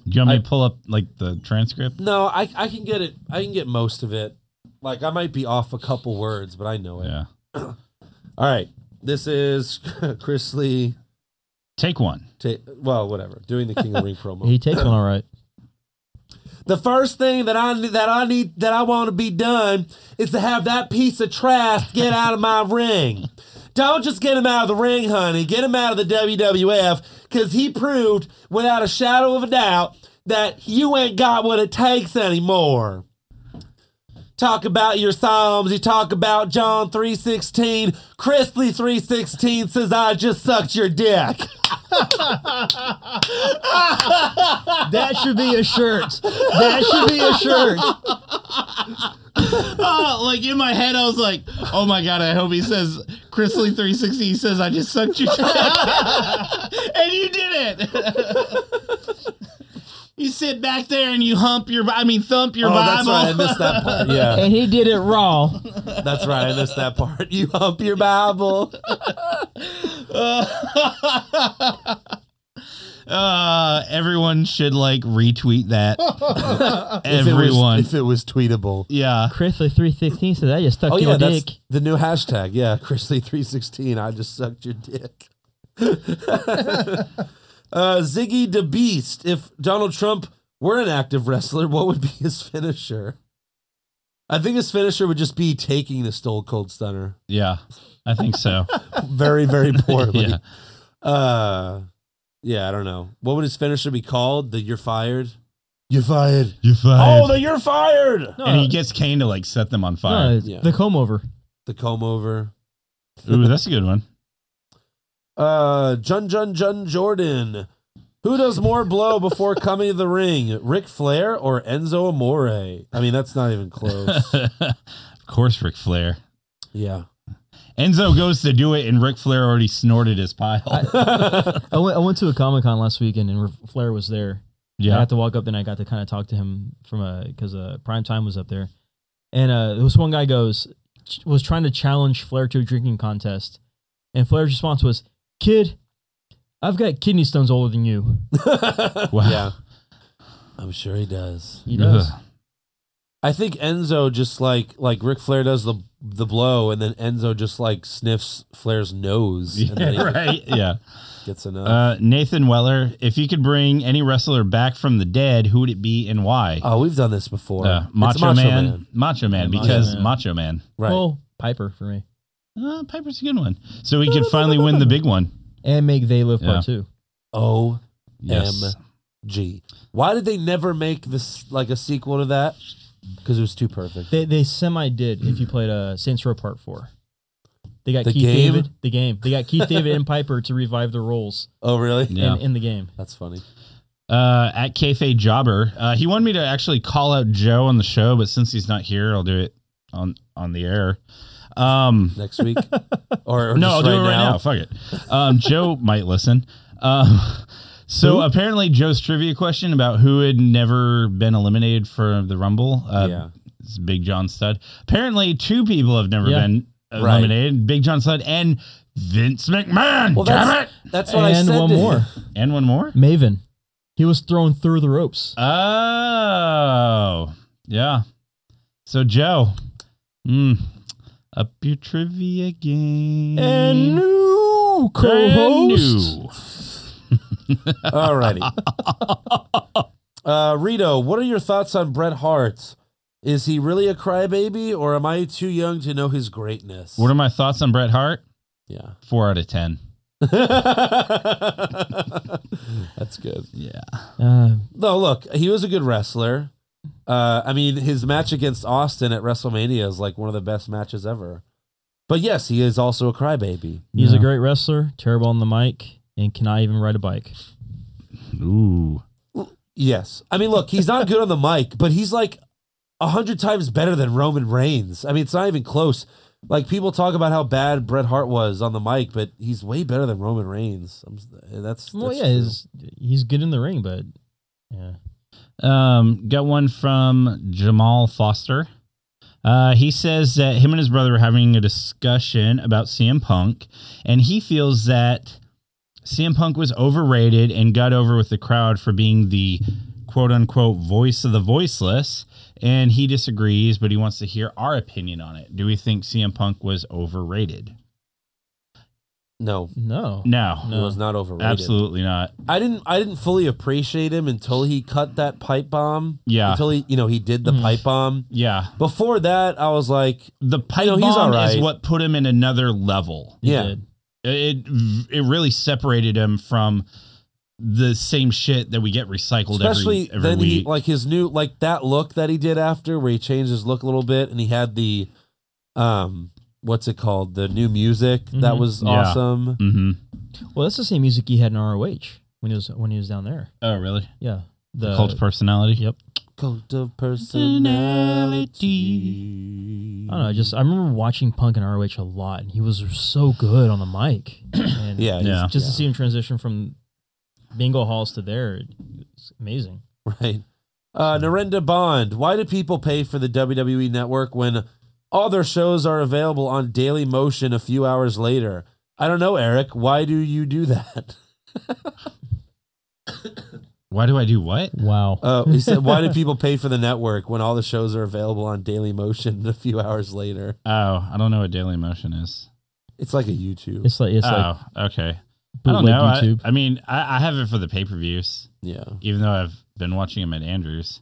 you want me to pull up like the transcript?
No, I I can get it. I can get most of it. Like I might be off a couple words, but I know it.
Yeah.
All right. This is Chris Lee.
Take one.
Ta- well, whatever. Doing the King of the Ring promo.
he takes one all right.
the first thing that I that I need that I want to be done is to have that piece of trash get out of my ring. Don't just get him out of the ring, honey. Get him out of the WWF because he proved without a shadow of a doubt that you ain't got what it takes anymore. Talk about your psalms. You talk about John three sixteen. Chrisley three sixteen says, "I just sucked your dick."
That should be a shirt. That should be a shirt.
Oh, like in my head, I was like, "Oh my god, I hope he says Chrisley 360 says I just sucked your dick," and you did it. you sit back there and you hump your, I mean, thump your
Oh, that's
Bible.
right. I missed that part. Yeah.
And he did it raw.
That's right. I missed that part. You hump your Bible.
Uh, everyone should like retweet that.
If it was-
everyone,
If it was, tweetable.
yeah.
Chris the three sixteen said that just stuck
Oh,
your
yeah. That's
dick.
the new hashtag. Yeah. Chrisley316. I just sucked your dick. uh, Ziggy the Beast. If Donald Trump were an active wrestler, what would be his finisher? I think his finisher would just be taking the Stone Cold Stunner
Yeah, I think so.
very, very poorly.
Yeah.
Uh, yeah, I don't know. What would his finisher be called? The You're Fired? You fired.
You fired.
Oh, the, you're fired.
No, uh,
and he gets Kane to like set them on
no,
fire.
it's
Yeah.
the comb over.
The comb over.
Ooh, that's a good one.
Uh, Jun Jun Jun Jordan. Who does more blow before coming to the ring, Ric Flair or Enzo Amore? I mean, that's not even close.
of course, Ric Flair.
yeah.
Enzo goes to do it, and Ric Flair already snorted his pile.
I went, I went to a Comic Con last weekend and Ric Flair was there. I
yeah.
had to walk up and I got to kind of talk to him from a because uh, Prime Time was up there, and uh, this one guy goes ch- was trying to challenge Flair to a drinking contest, and Flair's response was, "Kid, I've got kidney stones older than you."
Wow.
Yeah. I'm sure he does.
He does.
Ugh.
I think Enzo just like like Ric Flair does the the blow, and then Enzo just like sniffs Flair's nose and then he
Yeah, right. Yeah.
gets enough.
Uh, Nathan Weller, if you could bring any wrestler back from the dead, who would it be and why?
oh, we've done this before.
Uh,
It's
Macho, Man, Macho Man,
Yeah, Macho
because
Man.
Macho Man.
Right.
Well, Piper for me,
Uh, Piper's a good one. So we could finally win the big one.
and make they live
Yeah.
part two.
O
Yes.
G. Why did they never make this like a sequel to that? Because it was too perfect.
They they semi did if you played uh, Saints Row Part Four. They got
The
Keith
game?
David. The game. They got Keith David and Piper to revive their roles
Oh, really?
Yeah.
in, in the game.
That's funny.
Uh, at Kayfabe Jobber, uh, he wanted me to actually call out Joe on the show, but since he's not here, I'll do it on on the air. Um,
Next week, or, or
no, I'll
just
do
right
it right now. Fuck it. Um, Joe might listen. Um, so apparently, Joe's trivia question about who had never been eliminated for the Rumble. Uh,
Yeah.
It's Big John Stud. Apparently, two people have never
Yeah.
been
Right.
eliminated: Big John Stud and Vince McMahon.
Well,
Damn
that's
it!
that's what I
And
said.
one
to
more.
him.
And one more.
Maven, he was thrown through the ropes.
Oh, yeah. So Joe, mm, up your trivia game
And new
Brand
co-host.
new.
Alrighty. Uh, Rito, what are your thoughts on Bret Hart? Is he really a crybaby, or am I too young to know his greatness?
What are my thoughts on Bret Hart?
yeah,
Four out of ten.
that's good.
Yeah.
Uh,
No, look, he was a good wrestler. Uh, I mean, his match against Austin at WrestleMania is like one of the best matches ever. But yes, he is also a crybaby.
he's
Yeah.
a great wrestler, terrible on the mic, and cannot even ride a bike.
Ooh.
Yes, I mean, look, he's not good on the mic, but he's like a hundred times better than Roman Reigns. I mean, it's not even close. Like people talk about how bad Bret Hart was on the mic, but he's way better than Roman Reigns. I'm, s- that's, that's
Well, yeah,
true.
he's, he's good in the ring, but yeah.
Um, got one from Jamal Foster. Uh, he says that him and his brother were having a discussion about CM Punk, and he feels that CM Punk was overrated and got over with the crowd for being the quote unquote voice of the voiceless. And he disagrees, but he wants to hear our opinion on it. Do we think CM Punk was overrated?
no,
No.
No,
he was not overrated.
absolutely not.
I didn't I didn't fully appreciate him until he cut that pipe bomb.
Yeah. Mm-hmm.
Until he you know, he did the pipe bomb.
Yeah,
Before that, I was like,
the pipe
know, he's
bomb
all
is
right.
what put him in another level.
He
yeah.
did.
it it really separated him from the same shit that we get recycled
Especially
every, every
then
week.
he like his new like that look that he did after where he changed his look a little bit and he had the um what's it called? The new music that
Mhm.
was
Mm-hmm. Yeah.
awesome.
hmm
Well, that's the same music he had in ROH when he was when he was down there.
Oh, really?
Yeah. The
Cult of personality.
Yep.
Cult of personality.
I don't know. I just I remember watching Punk in ROH a lot, and he was so good on the mic. And
Yeah, he's-
Yeah.
Just to see him transition from Bingo Halls to there, it's amazing.
Right. Uh, Narendra Bond, why do people pay for the WWE network when all their shows are available on Daily Motion a few hours later? I don't know, Eric. Why do you do that?
Why do I do what?
Wow.
Uh, he said, why do people pay for the network when all the shows are available on Daily Motion a few hours later?
Oh, I don't know what Daily Motion is.
It's like a YouTube.
it's like it's like
oh, okay. I don't
bootleg
know. I-
YouTube.
I, mean, I, I have it for the pay per views,
Yeah.
even though I've been watching him at Andrews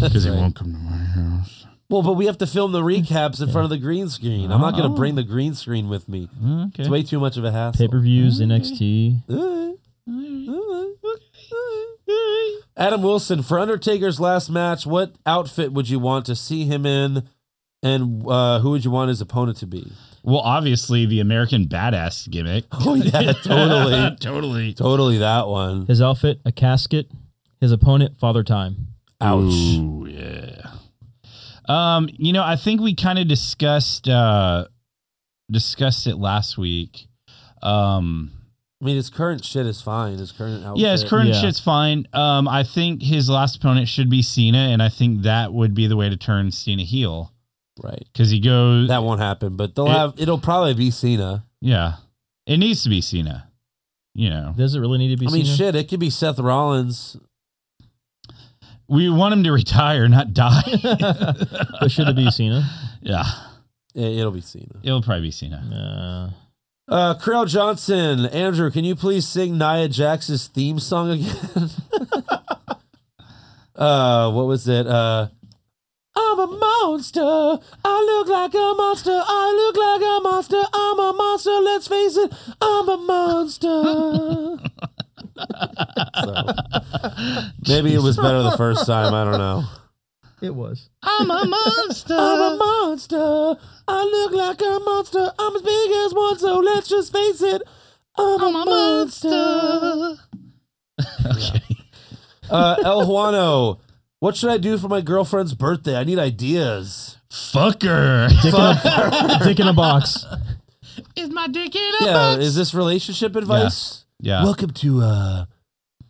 because he won't come to my house.
Well, but we have to film the recaps in front of the green screen. I'm not going to bring the green screen with me.
Okay.
It's way too much of a hassle.
pay per views, NXT.
Uh, uh, uh, uh. Adam Wilson, for Undertaker's last match, what outfit would you want to see him in? And uh, who would you want his opponent to be?
Well, obviously the American badass gimmick.
Oh, yeah, totally.
totally.
totally that one.
His outfit, a casket. His opponent, Father Time.
Ouch.
Ooh, yeah. Um, you know, I think we kind of discussed uh discussed it last week. Um
I mean, his current shit is fine. His current outfit.
yeah, his current
Yeah.
shit's fine. Um I think his last opponent should be Cena and I think that would be the way to turn Cena heel
Right.
cuz he goes
That won't happen, but they'll
It-
have. It'll probably be Cena.
Yeah. It needs to be Cena. You know.
Does it really need to be
I mean,
Cena?
shit. It could be Seth Rollins.
We want him to retire, not die.
But should it be Cena?
yeah.
It- It'll be Cena.
It'll probably be Cena.
Uh,
Uh, Carell Johnson, Andrew, can you please sing Nia Jax's theme song again? uh, what was it? Uh, I'm a monster. I look like a monster. I look like a monster. I'm a monster. Let's face it, I'm a monster. So, maybe it was better the first time. I don't know.
it was.
I'm a monster.
I'm a monster. I look like a monster. I'm as big as one, so let's just face it. I'm, a monster. Uh, El Juano, what should I do for my girlfriend's birthday? I need ideas.
Fucker.
Dick in, a, dick in a box.
Is my dick in
Yeah, is this relationship advice?
Yeah.
Welcome to uh,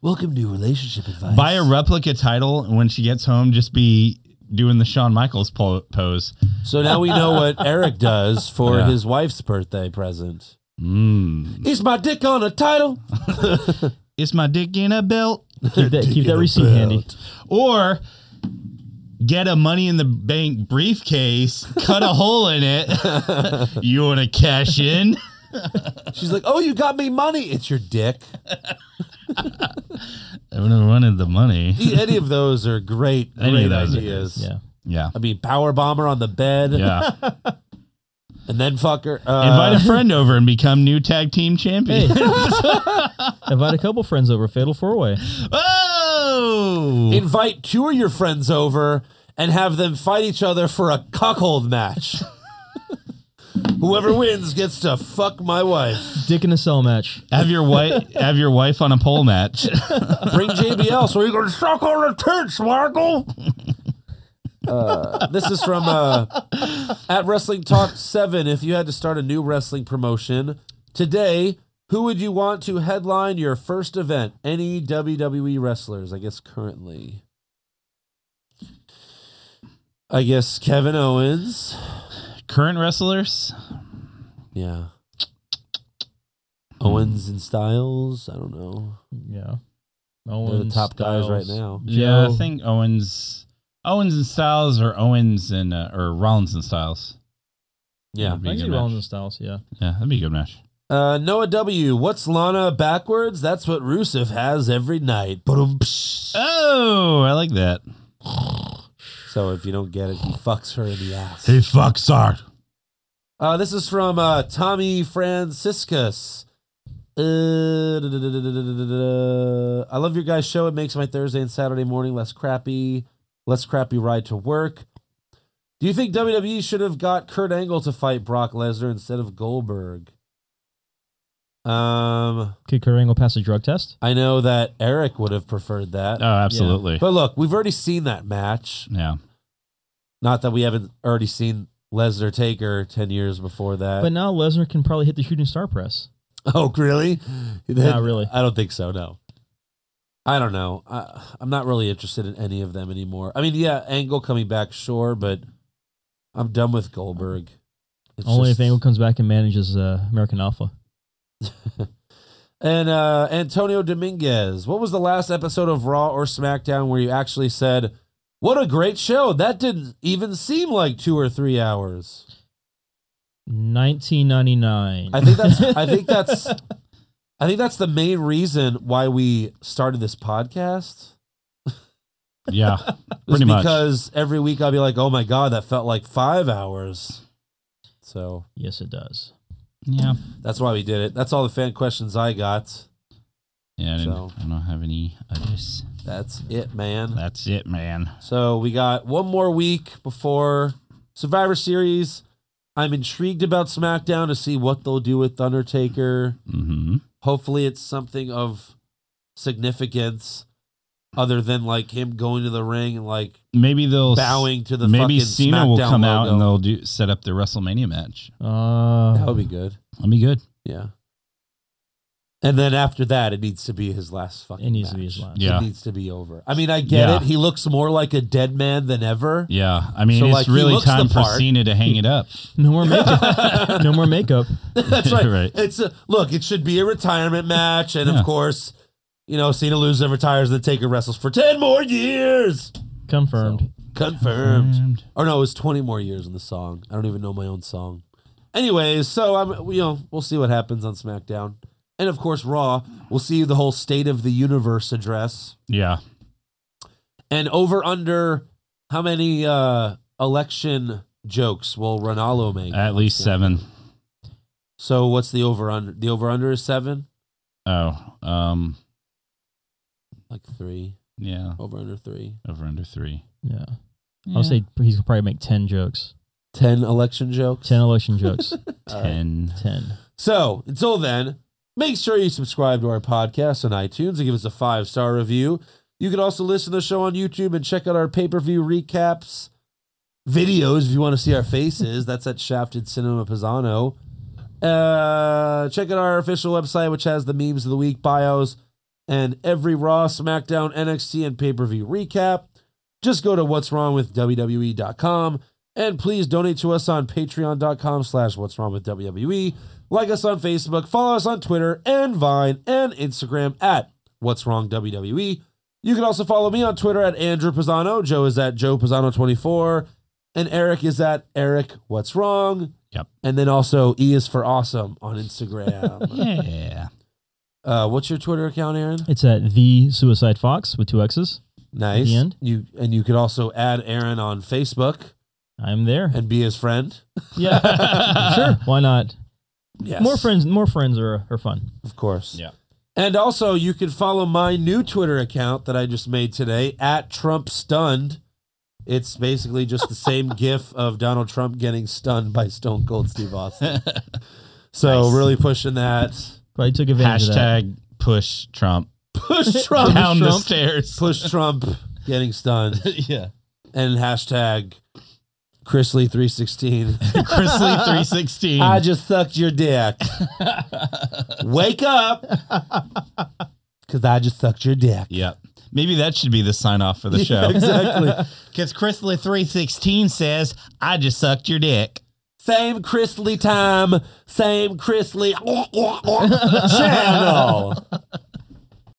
welcome to relationship advice.
Buy a replica title, and when she gets home, just be doing the Shawn Michaels po- pose.
so now we know what Eric does for
Yeah.
his wife's birthday present.
Mm.
Is my dick on a title?
Is my dick in a belt?
Keep that, keep that receipt handy.
Or get a money in the bank briefcase, cut a hole in it. you want to cash in?
She's like, "Oh, you got me money. It's your dick."
I would have wanted the money.
E- any of those are great, great
Any of those are
ideas.
Yeah.
Yeah.
I mean, power bomber on the bed,
Yeah.
and then fucker. Uh,
Invite a friend over and become new tag team champion.
Invite a couple friends over. Fatal four way.
oh!
invite two of your friends over and have them fight each other for a cuckold match. Whoever wins gets to fuck my wife.
Dick in a cell match.
have your wife have your wife on a pole match.
Bring JBL so you can suck on her tits, Michael. Uh, this is from uh, at Wrestling Talk Seven. If you had to start a new wrestling promotion today, who would you want to headline your first event? Any WWE wrestlers? I guess currently. I guess Kevin Owens.
Current wrestlers?
Yeah. Owens and Styles. I don't know.
Yeah.
They're the
Owens,
top guys right
Styles.
now.
Yeah,
Joe.
I think Owens Owens and Styles or Owens and uh, or Rollins and Styles.
Yeah.
That'd be a
I
good
think
match.
Rollins and Styles, yeah.
Yeah, that'd be a good match.
Uh, Noah W. What's Lana backwards? That's what Rusev has every night. Ba-dum, psh.
Oh, I like that.
So if you don't get it, he fucks her in the ass.
fucks hard.
Uh, this is from uh, Tommy Franciscus. Uh, da- da- da- da- da- da- da- da- da. I love your guys' show. It makes my Thursday and Saturday morning less crappy, less crappy ride to work. Do you think WWE should have got Kurt Angle to fight Brock Lesnar instead of Goldberg? Um,
Could Kurt Angle pass a drug test?
I know that Eric would have preferred that.
Oh, absolutely.
But look, we've already seen that match.
Yeah.
Not that we haven't already seen Lesnar Taker 10 years before that.
But now Lesnar can probably hit the shooting star press.
oh, really? Then-
Not really.
I don't think so, no. I don't know. I, I'm not really interested in any of them anymore. I mean, yeah, Angle coming back, sure, but I'm done with Goldberg. It's
Only
just-
if Angle comes back and manages uh, American Alpha.
And uh, Antonio Dominguez, what was the last episode of Raw or SmackDown where you actually said, "What a great show! That didn't even seem like two or three hours."
1999.
I think that's. I think that's. I think that's the main reason why we started this podcast.
Yeah.
Is
Pretty much.
because every week I'll be like, "Oh my god, that felt like five hours." So
yes, it does.
yeah.
that's why we did it. That's all the fan questions I got.
Yeah, I, didn't,
So.
I don't have any others.
That's it, man.
That's it, man.
So we got one more week before Survivor Series. I'm intrigued about SmackDown to see what they'll do with Undertaker.
Mm-hmm.
Hopefully, it's something of significance other than like him going to the ring and like
Maybe they'll s-
bowing to the
maybe
fucking
Cena will
SmackDown
come out and
logo.
they'll do set up the WrestleMania match.
Uh,
that would be good.
That'd be good.
Yeah. And then after that, it needs to be his last fucking.
It needs to be his
match.
last.
Yeah.
It needs to be over. I mean, I get
Yeah.
it. He looks more like a dead man than ever.
Yeah, I mean
So,
it's
like, he
really
looks the
time for
part.
Cena to hang it up.
No more makeup. no more makeup.
That's right.
Right.
It's a, look. It should be a retirement match, and
Yeah.
of course, you know, Cena loses and retires, and then Taker wrestles for ten more years.
Confirmed.
Confirmed. Or no, it was twenty more years in the song. I don't even know my own song. Anyways, so I'm you know we'll see what happens on SmackDown, and of course Raw. We'll see the whole State of the Universe address
Yeah,
and over under how many uh election jokes will Ronaldo make?
at least seven.
So what's the over under? The over under is seven,
Oh, um,
like three
yeah,
over under three.
over under three.
Yeah.
Yeah.
I'll say he's probably make ten jokes,
10 election jokes.
ten election jokes,
ten.
ten.
So until then, make sure you subscribe to our podcast on iTunes and give us a five star review. You can also listen to the show on YouTube and check out our pay per view recaps videos if you want to see our faces. That's at Shafted Cinema Pisano. Uh, check out our official website, which has the memes of the week bios and every Raw, SmackDown, NXT, and pay per view recap. Just go to what's wrong with WWE.com and please donate to us on patreon.com slash what's wrong with WWE. Like us on Facebook, follow us on Twitter and Vine and Instagram at what's wrong WWE. You can also follow me on Twitter at Andrew Pisano. Joe is at Joe Pisano24. And Eric is at Eric What's Wrong.
Yep.
And then also E is for Awesome on Instagram.
Yeah.
uh, what's your Twitter account, Aaron?
It's at the Suicide Fox with two X's.
Nice.
the end.
You and you could also add Aaron on Facebook
I'm there.
and be his friend.
Yeah, sure. Why not?
Yes.
More friends. More friends are are fun.
Of course.
Yeah.
And also, you can follow my new Twitter account that I just made today at Trump Stunned. It's basically just the same GIF of Donald Trump getting stunned by Stone Cold Steve Austin. So
Nice.
really pushing that.
Probably took advantage of that.
Hashtag push Trump
Push Trump.
down the
Trump.
stairs.
Push Trump getting stunned.
yeah.
And hashtag Chrisley316.
Chrisley 316.
I just sucked your dick. Wake up. Because I just sucked your dick.
yep. Maybe that should be the sign off for the show.
exactly.
Because Chrisley 316 says, I just sucked your dick.
Same Chrisley time, same Chrisley channel.